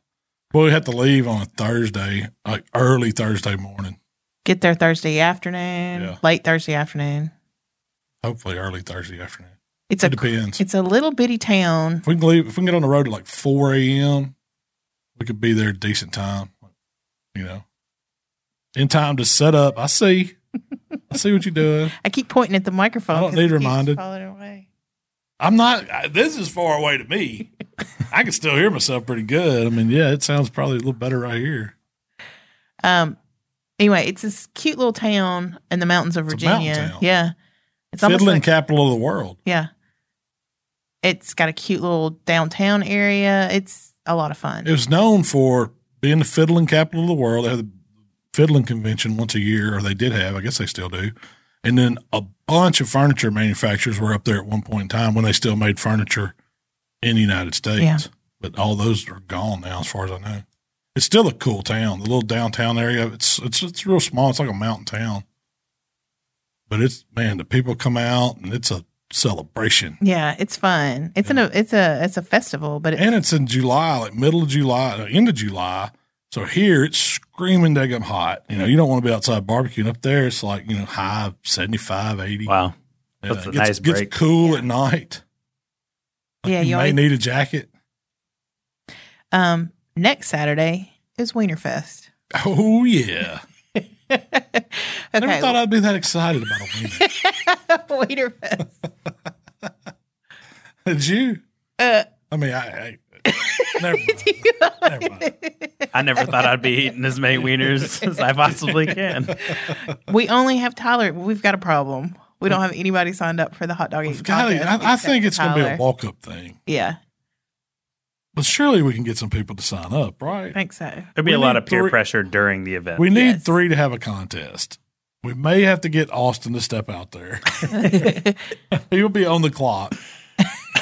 [SPEAKER 2] Well, we have to leave on a Thursday, like early Thursday morning.
[SPEAKER 3] Get there Thursday afternoon,
[SPEAKER 2] Yeah.
[SPEAKER 3] late Thursday afternoon.
[SPEAKER 2] Hopefully, early Thursday afternoon.
[SPEAKER 3] It's
[SPEAKER 2] it
[SPEAKER 3] a
[SPEAKER 2] depends.
[SPEAKER 3] it's a little bitty town.
[SPEAKER 2] if we can leave, if we can get on the road at like four a.m., we could be there at decent time. You know, in time to set up. I see. I see what you're doing.
[SPEAKER 3] I keep pointing at the microphone.
[SPEAKER 2] I don't
[SPEAKER 3] 'cause
[SPEAKER 2] need
[SPEAKER 3] it keeps
[SPEAKER 2] reminded.
[SPEAKER 3] falling away.
[SPEAKER 2] I'm not. I, this is far away to me. I can still hear myself pretty good. I mean, yeah, it sounds probably a little better right here.
[SPEAKER 3] Um. Anyway, it's this cute little town in the mountains of
[SPEAKER 2] It's a mountain
[SPEAKER 3] Virginia.
[SPEAKER 2] town.
[SPEAKER 3] Yeah. It's almost
[SPEAKER 2] Fiddling
[SPEAKER 3] like,
[SPEAKER 2] capital of the world.
[SPEAKER 3] yeah. It's got a cute little downtown area. It's a lot of fun.
[SPEAKER 2] It was known for being the fiddling capital of the world. They had the fiddling convention once a year, or they did have, I guess they still do. And then a bunch of furniture manufacturers were up there at one point in time when they still made furniture in the United States.
[SPEAKER 3] Yeah.
[SPEAKER 2] But all those are gone now, as far as I know. It's still a cool town. The little downtown area, it's it's it's real small. It's like a mountain town. But it's man, the people come out and it's a celebration.
[SPEAKER 3] yeah, it's fun. It's an it's a it's a festival, but it,
[SPEAKER 2] And it's in July, like middle of July, uh, end of July. So here it's screaming daggum hot. You know, you don't want to be outside barbecuing up there. It's like, you know, high 75, 80.
[SPEAKER 4] Wow.
[SPEAKER 2] Yeah,
[SPEAKER 4] That's a
[SPEAKER 2] it
[SPEAKER 4] nice
[SPEAKER 2] gets
[SPEAKER 4] break.
[SPEAKER 2] cool at night.
[SPEAKER 3] Yeah,
[SPEAKER 2] you,
[SPEAKER 3] you
[SPEAKER 2] may
[SPEAKER 3] always-
[SPEAKER 2] need a jacket.
[SPEAKER 3] um next Saturday is Wienerfest.
[SPEAKER 2] Oh, yeah.
[SPEAKER 3] okay,
[SPEAKER 2] I Never thought I'd be that excited about a wiener.
[SPEAKER 3] Wienerfest.
[SPEAKER 2] Did you?
[SPEAKER 3] Uh,
[SPEAKER 2] I mean, I, I never mind. Never mind.
[SPEAKER 4] I never thought I'd be eating as many wieners as I possibly can.
[SPEAKER 3] we only have Tyler. We've got a problem. We don't have anybody signed up for the hot dog. eating
[SPEAKER 2] God,
[SPEAKER 3] contest
[SPEAKER 2] I, I think
[SPEAKER 3] except
[SPEAKER 2] it's going to be a
[SPEAKER 3] Tyler.
[SPEAKER 2] walk up thing,
[SPEAKER 3] Yeah,
[SPEAKER 2] but surely we can get some people to sign up, right?
[SPEAKER 3] I think so.
[SPEAKER 4] There'd be
[SPEAKER 2] We
[SPEAKER 4] a lot
[SPEAKER 2] need
[SPEAKER 4] of peer
[SPEAKER 2] three-
[SPEAKER 4] pressure during the event.
[SPEAKER 2] We need
[SPEAKER 3] Yes.
[SPEAKER 2] three to have a contest. We may have to get Austin to step out there. He'll be on the clock.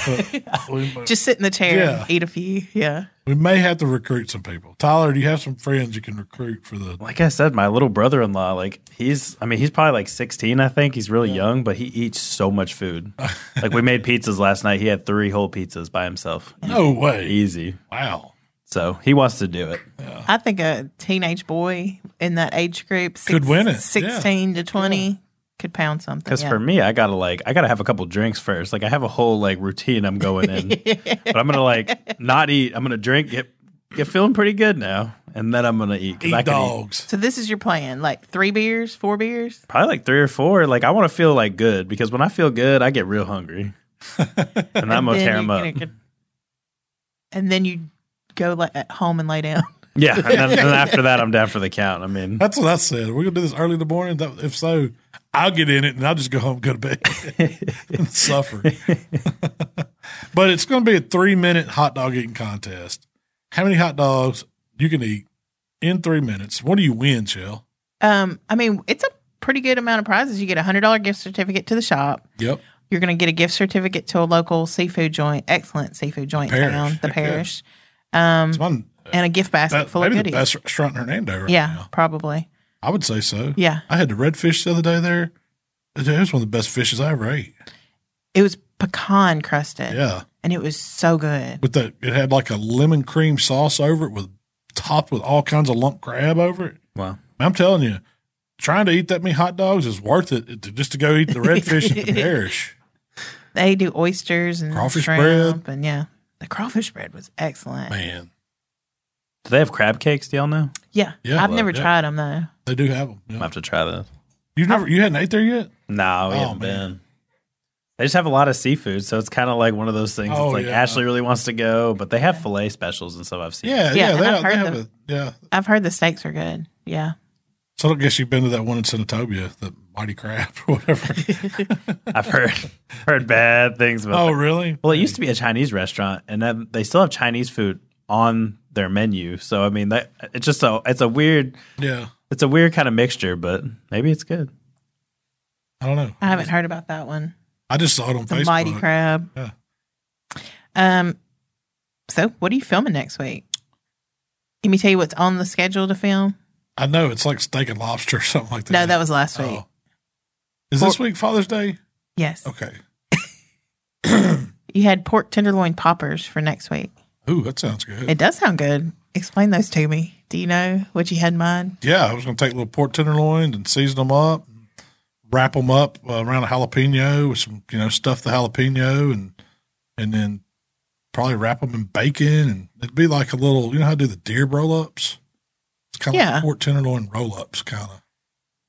[SPEAKER 2] But we,
[SPEAKER 3] Just sit in the chair,
[SPEAKER 2] Yeah.
[SPEAKER 3] and eat a few. Yeah.
[SPEAKER 2] we may have to recruit some people. Tyler, do you have some friends you can recruit for the?
[SPEAKER 4] like I said, my little brother in law, like he's, I mean, he's probably like 16, I think. He's really young, but he eats so much food. like we made pizzas last night. He had three whole pizzas by himself.
[SPEAKER 2] No way!
[SPEAKER 4] Easy.
[SPEAKER 2] Wow,
[SPEAKER 4] So he wants to do it.
[SPEAKER 3] I think a teenage boy in that age group six,
[SPEAKER 2] Uh. Could win it, yeah.
[SPEAKER 3] 16 to 20 could pound something.
[SPEAKER 4] Because
[SPEAKER 3] yeah.
[SPEAKER 4] for me, I gotta like, I gotta have a couple drinks first. Like I have a whole like routine I'm going in, but I'm gonna like not eat. I'm gonna drink, get, get feeling pretty good now, and then I'm gonna eat. 'Cause
[SPEAKER 2] eat
[SPEAKER 4] I can eat
[SPEAKER 2] dogs.
[SPEAKER 3] so this is your plan like three beers, four beers?
[SPEAKER 4] probably like three or four. Like I want to feel like good because when I feel good, I get real hungry, and I'm
[SPEAKER 3] Then
[SPEAKER 4] gonna tear
[SPEAKER 3] you-
[SPEAKER 4] them up.
[SPEAKER 3] you know, could- and then you go la- at home and lay down.
[SPEAKER 4] Yeah, and then, and after that, I'm down for the count. I mean,
[SPEAKER 2] That's what I said. We're gonna do this early in the morning. That, if so, I'll get in it and I'll just go home, go to bed, and suffer. but it's gonna be a three minute hot dog eating contest. How many hot dogs you can eat in three minutes? What do you win, Shell?
[SPEAKER 3] Um, I mean, it's a pretty good amount of prizes. You get a $100 gift certificate to the shop.
[SPEAKER 2] Yep.
[SPEAKER 3] You're going to get a gift certificate to a local seafood joint, excellent seafood joint
[SPEAKER 2] Parish.
[SPEAKER 3] town, the
[SPEAKER 2] Yeah.
[SPEAKER 3] parish,
[SPEAKER 2] It's my,
[SPEAKER 3] and a gift basket
[SPEAKER 2] that,
[SPEAKER 3] full of
[SPEAKER 2] maybe the best
[SPEAKER 3] goodies.
[SPEAKER 2] restaurant in Hernando right
[SPEAKER 3] yeah,
[SPEAKER 2] now.
[SPEAKER 3] probably.
[SPEAKER 2] I would say so.
[SPEAKER 3] Yeah.
[SPEAKER 2] I had the redfish the other day there. It was one of the best fishes I ever ate.
[SPEAKER 3] It was pecan crusted.
[SPEAKER 2] Yeah.
[SPEAKER 3] And it was so good.
[SPEAKER 2] With the it had like a lemon cream sauce over it with topped with all kinds of lump crab over it.
[SPEAKER 4] Wow.
[SPEAKER 2] I'm telling you, trying to eat that many hot dogs is worth it to- just to go eat the redfish at the parish.
[SPEAKER 3] They do oysters and
[SPEAKER 2] Crawfish
[SPEAKER 3] shrimp and yeah. The crawfish bread was excellent.
[SPEAKER 2] Man,
[SPEAKER 4] Do they have crab cakes? Do y'all know?
[SPEAKER 3] Yeah.
[SPEAKER 2] Yeah,
[SPEAKER 3] I've
[SPEAKER 2] love
[SPEAKER 3] never
[SPEAKER 2] it.
[SPEAKER 3] tried them though.
[SPEAKER 2] they do have them.
[SPEAKER 4] I'll have to try that.
[SPEAKER 2] You've never you hadn't ate there yet?
[SPEAKER 4] No, we
[SPEAKER 2] Oh,
[SPEAKER 4] haven't
[SPEAKER 2] man.
[SPEAKER 4] been. They just have a lot of seafood, so it's kind of like one of those things.
[SPEAKER 2] Oh,
[SPEAKER 4] it's like
[SPEAKER 2] yeah.
[SPEAKER 4] Ashley really wants to go, but they have fillet specials and stuff. I've seen.
[SPEAKER 2] Yeah,
[SPEAKER 3] Yeah,
[SPEAKER 2] yeah,
[SPEAKER 3] and
[SPEAKER 2] they,
[SPEAKER 3] I've
[SPEAKER 2] they
[SPEAKER 3] heard
[SPEAKER 2] have
[SPEAKER 3] them.
[SPEAKER 2] a yeah.
[SPEAKER 3] I've heard the steaks are good. Yeah.
[SPEAKER 2] So I guess you've been to that one in Senatobia, the Mighty Crab or whatever.
[SPEAKER 4] I've heard heard bad things about.
[SPEAKER 2] oh,
[SPEAKER 4] that.
[SPEAKER 2] really?
[SPEAKER 4] Well, it used to be a Chinese restaurant, and then they still have Chinese food on their menu. So I mean, that it's just a it's a weird
[SPEAKER 2] Yeah,
[SPEAKER 4] it's a weird kind of mixture, but maybe it's good.
[SPEAKER 2] I don't know.
[SPEAKER 3] I haven't heard about that one.
[SPEAKER 2] I just saw it on
[SPEAKER 3] The
[SPEAKER 2] Facebook.
[SPEAKER 3] mighty crab.
[SPEAKER 2] Yeah.
[SPEAKER 3] Um so what are you filming next week? Can me tell you what's on the schedule to film?
[SPEAKER 2] I know it's like steak and lobster or something like that.
[SPEAKER 3] No, that was last week.
[SPEAKER 2] Oh. Is this week Father's Day?
[SPEAKER 3] Yes.
[SPEAKER 2] Okay.
[SPEAKER 3] You had pork tenderloin poppers for next week.
[SPEAKER 2] Ooh, that sounds good.
[SPEAKER 3] It does sound good. Explain those to me. Do you know what you had in mind?
[SPEAKER 2] yeah, I was going to take little pork tenderloins and season them up, wrap them up uh, around a jalapeno with some, you know, stuff the jalapeno and and then probably wrap them in bacon and it'd be like a little, you know how I do the deer roll ups. It's kind of
[SPEAKER 3] Yeah.
[SPEAKER 2] like pork tenderloin roll ups, kind of.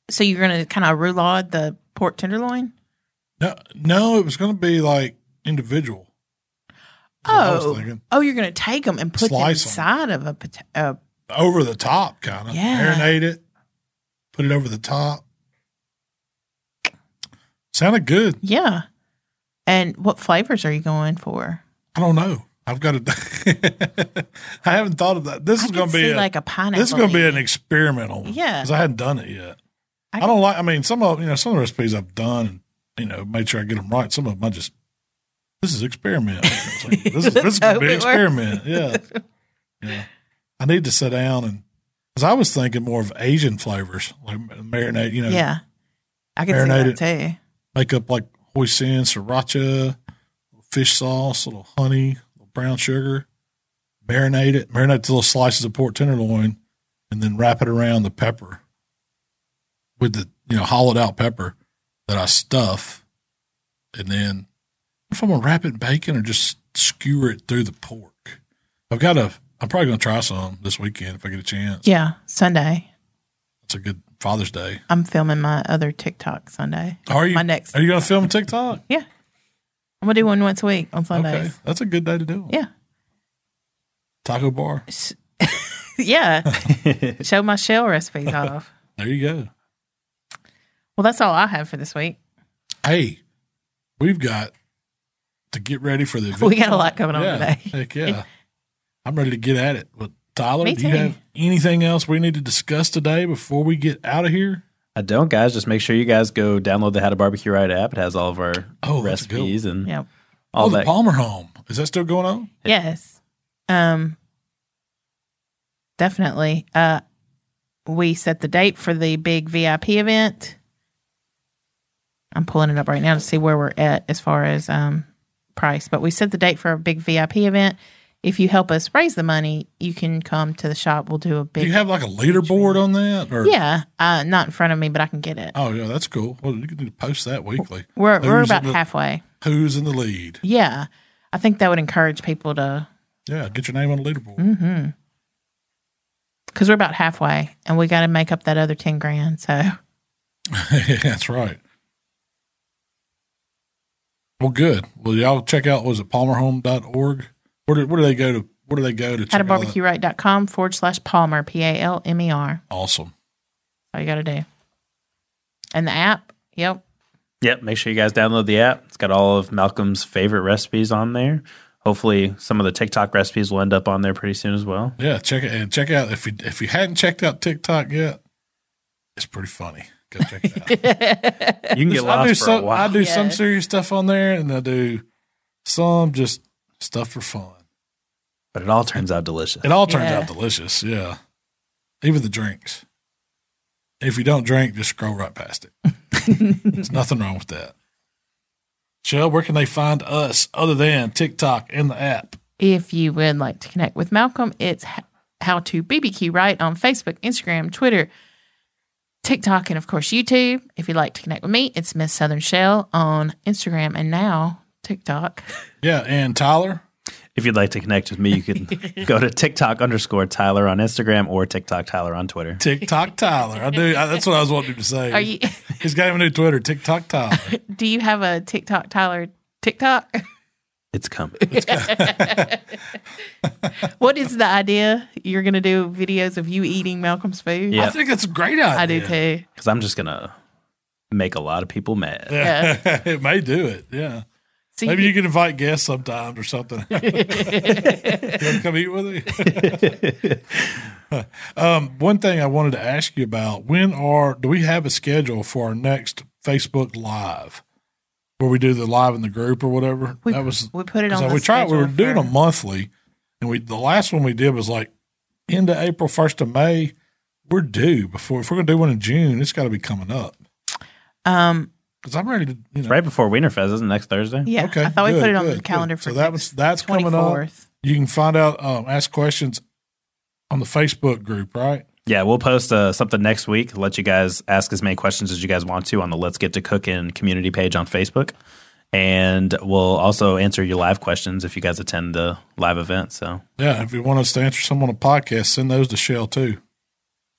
[SPEAKER 3] So you're going to kind of roulade the pork tenderloin?
[SPEAKER 2] No, no, it was going to be like individual. That's what I was
[SPEAKER 3] Oh,
[SPEAKER 2] thinking.
[SPEAKER 3] oh, you're going to take them and put them
[SPEAKER 2] Slice 'em.
[SPEAKER 3] inside of a potato. Uh,
[SPEAKER 2] over the top, kind of.
[SPEAKER 3] Yeah.
[SPEAKER 2] Marinate it, put it over the top. Sounded good.
[SPEAKER 3] yeah. And what flavors are you going for?
[SPEAKER 2] I don't know. I've got to. I haven't thought of that. This
[SPEAKER 3] I
[SPEAKER 2] is
[SPEAKER 3] can
[SPEAKER 2] going to be
[SPEAKER 3] see
[SPEAKER 2] a,
[SPEAKER 3] like a pineapple.
[SPEAKER 2] this is going to be
[SPEAKER 3] leaf.
[SPEAKER 2] an experimental. one,
[SPEAKER 3] Yeah.
[SPEAKER 2] because I hadn't done it yet.
[SPEAKER 3] I
[SPEAKER 2] I,
[SPEAKER 3] can-
[SPEAKER 2] don't like. I mean, some of you know some of the recipes I've done, you know, made sure I get them right. Some of them I just this is experiment. It's like, this is this
[SPEAKER 3] Let's
[SPEAKER 2] is going to
[SPEAKER 3] hope
[SPEAKER 2] be an
[SPEAKER 3] it works.
[SPEAKER 2] experiment. Yeah, yeah. I need to sit down and because I was thinking more of Asian flavors like marinate. You know,
[SPEAKER 3] Yeah. I can
[SPEAKER 2] Marinate
[SPEAKER 3] see that too.
[SPEAKER 2] make up like hoisin, sriracha, fish sauce, a little honey, a little brown sugar, marinate it, marinate the little slices of pork tenderloin, and then wrap it around the pepper with the you know hollowed out pepper that I stuff, and then if I'm gonna wrap it in bacon or just skewer it through the pork, I've got a. I'm probably gonna try some this weekend if I get a chance.
[SPEAKER 3] Yeah. Sunday.
[SPEAKER 2] It's a good Father's Day.
[SPEAKER 3] I'm filming my other TikTok Sunday.
[SPEAKER 2] Are you?
[SPEAKER 3] My next-
[SPEAKER 2] Are you gonna film TikTok?
[SPEAKER 3] Yeah. I'm going to do one once a week on Sundays.
[SPEAKER 2] Okay, that's a good day to do it.
[SPEAKER 3] Yeah.
[SPEAKER 2] Taco bar.
[SPEAKER 3] Yeah. Show my shell recipes off.
[SPEAKER 2] There you go.
[SPEAKER 3] Well, that's all I have for this week.
[SPEAKER 2] Hey, we've got to get ready for the. Event.
[SPEAKER 3] We got a lot coming on
[SPEAKER 2] yeah,
[SPEAKER 3] today.
[SPEAKER 2] Heck yeah! I'm ready to get at it. But Tyler,
[SPEAKER 3] Me
[SPEAKER 2] do
[SPEAKER 3] too.
[SPEAKER 2] you have anything else we need to discuss today before we get out of here?
[SPEAKER 4] I don't, guys. Just make sure you guys go download the How to Barbecue Right app. It has all of our
[SPEAKER 2] Oh, that's a good one.
[SPEAKER 4] recipes and
[SPEAKER 3] Yep.
[SPEAKER 4] all
[SPEAKER 2] oh, the
[SPEAKER 4] that.
[SPEAKER 2] Palmer home is that still going on?
[SPEAKER 3] Yes. Um definitely. Uh we set the date for the big VIP event. I'm pulling it up right now to see where we're at as far as um price, but we set the date for a big VIP event. If you help us raise the money, you can come to the shop. We'll do a
[SPEAKER 2] Do
[SPEAKER 3] big
[SPEAKER 2] you have like a leaderboard on that? Or
[SPEAKER 3] Yeah, uh not in front of me, but I can get it.
[SPEAKER 2] Oh yeah, that's cool. Well, you could need to post that weekly.
[SPEAKER 3] We're we're
[SPEAKER 2] Who's in
[SPEAKER 3] about
[SPEAKER 2] the-
[SPEAKER 3] halfway.
[SPEAKER 2] Who's in the lead?
[SPEAKER 3] Yeah. I think that would encourage people to
[SPEAKER 2] Yeah, get your name on the leaderboard.
[SPEAKER 3] because we're about halfway and we got to make up that other 10 grand. So,
[SPEAKER 2] That's right. Well, good. Well, y'all check out was it palmerhome.org? Where do, where do they go to? Where do they go to?
[SPEAKER 3] how to
[SPEAKER 2] check all that?
[SPEAKER 3] barbecue right.com forward slash Palmer, P A L M E R.
[SPEAKER 2] Awesome.
[SPEAKER 3] All you got to do. And the app. Yep.
[SPEAKER 4] Yep, make sure you guys download the app. It's got all of Malcolm's favorite recipes on there. Hopefully, some of the TikTok recipes will end up on there pretty soon as well.
[SPEAKER 2] Yeah, check it and check out if you if you hadn't checked out TikTok yet, it's pretty funny. Go check it out.
[SPEAKER 4] You can get
[SPEAKER 2] I
[SPEAKER 4] lost
[SPEAKER 2] do
[SPEAKER 4] for
[SPEAKER 2] some
[SPEAKER 4] a while.
[SPEAKER 2] I do some
[SPEAKER 3] Yes.
[SPEAKER 2] serious stuff on there, and I do some just stuff for fun.
[SPEAKER 4] but it all turns out delicious.
[SPEAKER 2] It all turns out
[SPEAKER 3] Yeah.
[SPEAKER 2] delicious. Yeah, even the drinks. If you don't drink, just scroll right past it. There's nothing wrong with that. Shell, where can they find us other than TikTok and the app?
[SPEAKER 3] If you would like to connect with Malcolm, it's h- how to BBQ right on Facebook, Instagram, Twitter, TikTok, and of course YouTube. If you'd like to connect with me, it's Miss Southern Shell on Instagram and now TikTok.
[SPEAKER 2] Yeah, and Tyler.
[SPEAKER 4] If you'd like to connect with me, you can go to TikTok underscore Tyler on Instagram or TikTok Tyler on Twitter.
[SPEAKER 2] TikTok Tyler. I do. I, that's what I was wanting to say.
[SPEAKER 3] Are you?
[SPEAKER 2] He's got him a new Twitter, TikTok Tyler.
[SPEAKER 3] Do you have a TikTok, Tyler? TikTok?
[SPEAKER 4] It's coming.
[SPEAKER 3] What is the idea? You're gonna do videos of you eating Malcolm's food?
[SPEAKER 4] Yeah.
[SPEAKER 2] I think that's a great idea.
[SPEAKER 3] I do too.
[SPEAKER 4] Because I'm just going to make a lot of people mad.
[SPEAKER 2] Yeah. it may do it. Yeah.
[SPEAKER 3] So
[SPEAKER 2] Maybe
[SPEAKER 3] you-
[SPEAKER 2] you can invite guests sometimes or something. you want to come eat with me? um, one thing I wanted to ask you about: when are do we have a schedule for our next Facebook Live, where we do the live in the group or whatever?
[SPEAKER 3] we,
[SPEAKER 2] that was
[SPEAKER 3] we put it on.
[SPEAKER 2] so
[SPEAKER 3] the
[SPEAKER 2] we tried. We were
[SPEAKER 3] schedule
[SPEAKER 2] doing
[SPEAKER 3] for-
[SPEAKER 2] a monthly, and we the last one we did was like end of April, first of May. We're due before if we're going to do one in June. It's got to be coming up
[SPEAKER 3] Um,
[SPEAKER 2] because I'm ready to. You know,
[SPEAKER 4] Right before Wienerfest, isn't it next Thursday?
[SPEAKER 3] yeah,
[SPEAKER 2] Okay,
[SPEAKER 3] I thought we
[SPEAKER 2] good,
[SPEAKER 3] put it on
[SPEAKER 2] good,
[SPEAKER 3] the
[SPEAKER 2] good.
[SPEAKER 3] calendar
[SPEAKER 2] So
[SPEAKER 3] for
[SPEAKER 2] that was- that's coming up.
[SPEAKER 3] 24th.
[SPEAKER 2] You can find out, um, ask questions on the Facebook group, right?
[SPEAKER 4] Yeah, we'll post uh, something next week. Let you guys ask as many questions as you guys want to on the Let's Get to Cooking community page on Facebook. And we'll also answer your live questions if you guys attend the live event. So
[SPEAKER 2] Yeah. If you want us to answer some on a podcast, send those to Shell too.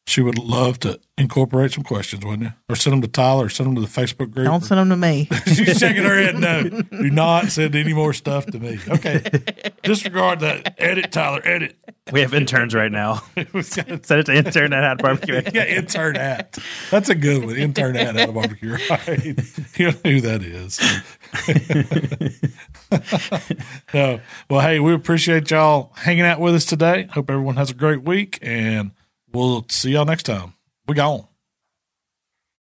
[SPEAKER 2] She would love to incorporate some questions, wouldn't you? Or send them to Tyler, or send them to the Facebook group.
[SPEAKER 3] Don't send them to me.
[SPEAKER 2] She's shaking her head no. Do not send any more stuff to me. Okay. Disregard that. Edit, Tyler. Edit.
[SPEAKER 4] we have interns right now. Send it to intern at Hot Barbecue.
[SPEAKER 2] Yeah, intern at. That's a good one. Intern at out of barbecue. Right. You know who that is. no. Well, hey, we appreciate y'all hanging out with us today. Hope everyone has a great week and we'll see y'all next time. We gone.